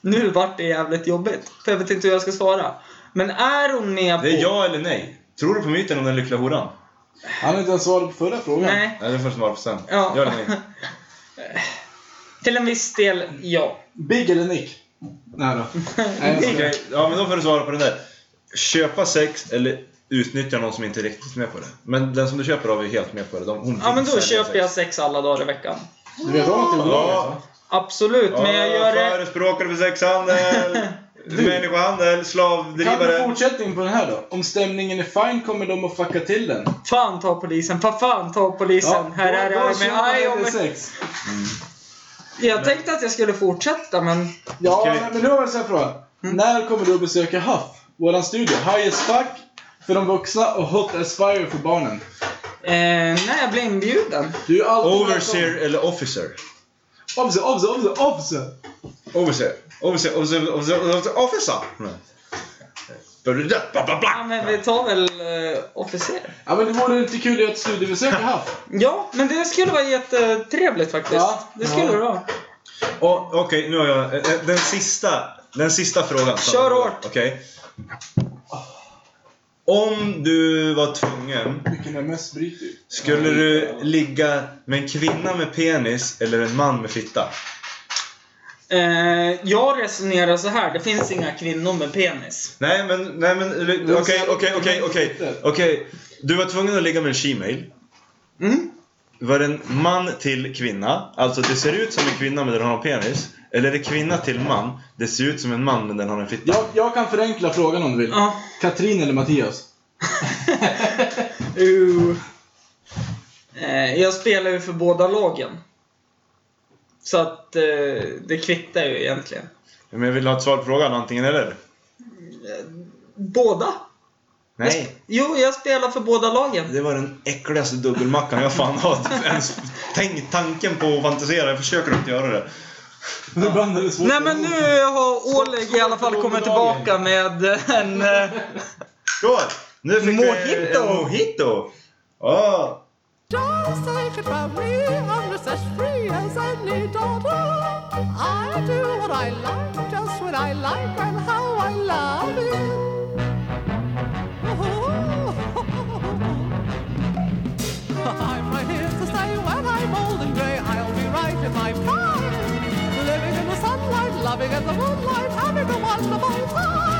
Speaker 2: Nu vart det jävligt jobbigt. För jag vet inte hur jag ska svara. Men är hon med på...
Speaker 5: Det är ja eller nej. Tror du på myten om den lyckliga horan?
Speaker 3: Han har inte ens svarat på förra frågan.
Speaker 2: Nej.
Speaker 5: Nej, det får du svara på sen.
Speaker 2: Ja.
Speaker 5: Ja eller nej?
Speaker 2: Till en viss del, ja.
Speaker 3: Big eller Nick? Nej då. Nej, jag skojar.
Speaker 5: Okej, ja men då får du svara på den där. Köpa sex eller utnyttja någon som inte är riktigt med på det. Men den som du köper av är helt med på det. De, hon
Speaker 2: Ja men
Speaker 5: vill
Speaker 2: då
Speaker 5: sälja
Speaker 2: köper jag sex alla dagar i veckan.
Speaker 3: Du vet om att det är liksom. olagligt? va?
Speaker 5: Ja,
Speaker 2: Absolut, men jag gör det...
Speaker 5: Förespråkare för sexhandel, människohandel,
Speaker 3: Kan du
Speaker 5: slavdrivare.
Speaker 3: fortsättning på den här då? Om stämningen är fin kommer de att fucka till den.
Speaker 2: Fan ta polisen, fan, fan ta polisen. här
Speaker 3: då-
Speaker 2: är
Speaker 3: då
Speaker 2: jag
Speaker 3: kör
Speaker 2: med
Speaker 3: man
Speaker 2: Ion.
Speaker 3: med sex.
Speaker 2: Jag tänkte att jag skulle fortsätta men...
Speaker 3: Ja,
Speaker 5: Okej.
Speaker 3: nej, men nu har jag en sån här fråga. När kommer du att besöka Huff? Våran studio. High as fuck för de vuxna och hot as fire för barnen.
Speaker 2: Eh, när jag blir inbjuden.
Speaker 3: Du är alltid
Speaker 5: Overseer eller officer?
Speaker 3: Obse, obse, obse, obse!
Speaker 5: Overseer. Overseer, overseer, overseer, overseer, officer! Nej. Bla, bla, bla, bla,
Speaker 2: Ja,
Speaker 5: bla.
Speaker 2: men vi tar väl eh, officer.
Speaker 3: Ja men det vore inte kul att göra ett studiebesök i Huff.
Speaker 2: Ja, men det skulle vara jättetrevligt faktiskt.
Speaker 3: Ja,
Speaker 2: det skulle
Speaker 3: ja.
Speaker 2: det vara.
Speaker 5: Och, Okej, nu har jag eh, eh, den sista, den sista frågan.
Speaker 2: Kör hårt.
Speaker 5: Okej. Om du var tvungen,
Speaker 3: Vilken är mest bryter
Speaker 5: skulle du ligga med en kvinna med penis eller en man med fitta?
Speaker 2: Eh, jag resonerar så här, det finns inga kvinnor med penis.
Speaker 5: Nej men, nej men,
Speaker 3: Det
Speaker 5: eller-
Speaker 3: var
Speaker 5: okej,
Speaker 3: så-
Speaker 5: okej, okej, okej. Okej, du var tvungen att ligga med en shemale.
Speaker 2: Mm.
Speaker 5: Var det en man till kvinna, alltså det ser ut som en kvinna men den har en penis. Eller är det kvinna till man, det ser ut som en man men den har en fitta.
Speaker 3: Jag, jag kan förenkla frågan om du vill.
Speaker 2: Ja.
Speaker 3: Katrin eller Mattias?
Speaker 2: Uh. Eh, jag spelar ju för båda lagen. Så att eh, det kvittar ju egentligen.
Speaker 5: Men jag vill ha ett svar på frågan, antingen eller.
Speaker 2: Båda?
Speaker 5: Nej.
Speaker 2: Jo, jag spelar för båda lagen.
Speaker 5: Det var den äckligaste dubbelmackan jag fan har ens tänkt tanken på att fantisera. Jag försöker inte göra det.
Speaker 3: Nu blandar det svårt.
Speaker 2: Nej men nu har Oleg i alla fall kommit tillbaka med en... eh,
Speaker 5: Skål! Nu fick vi
Speaker 2: Mojito.
Speaker 5: en mojito! Ja.
Speaker 1: Just take it from me, I'm just as free as any daughter. I do what I like, just when I like, and how I love it. I'm right here to say when I'm old and grey, I'll be right in my prime. Living in the sunlight, loving in the moonlight, having a wonderful time.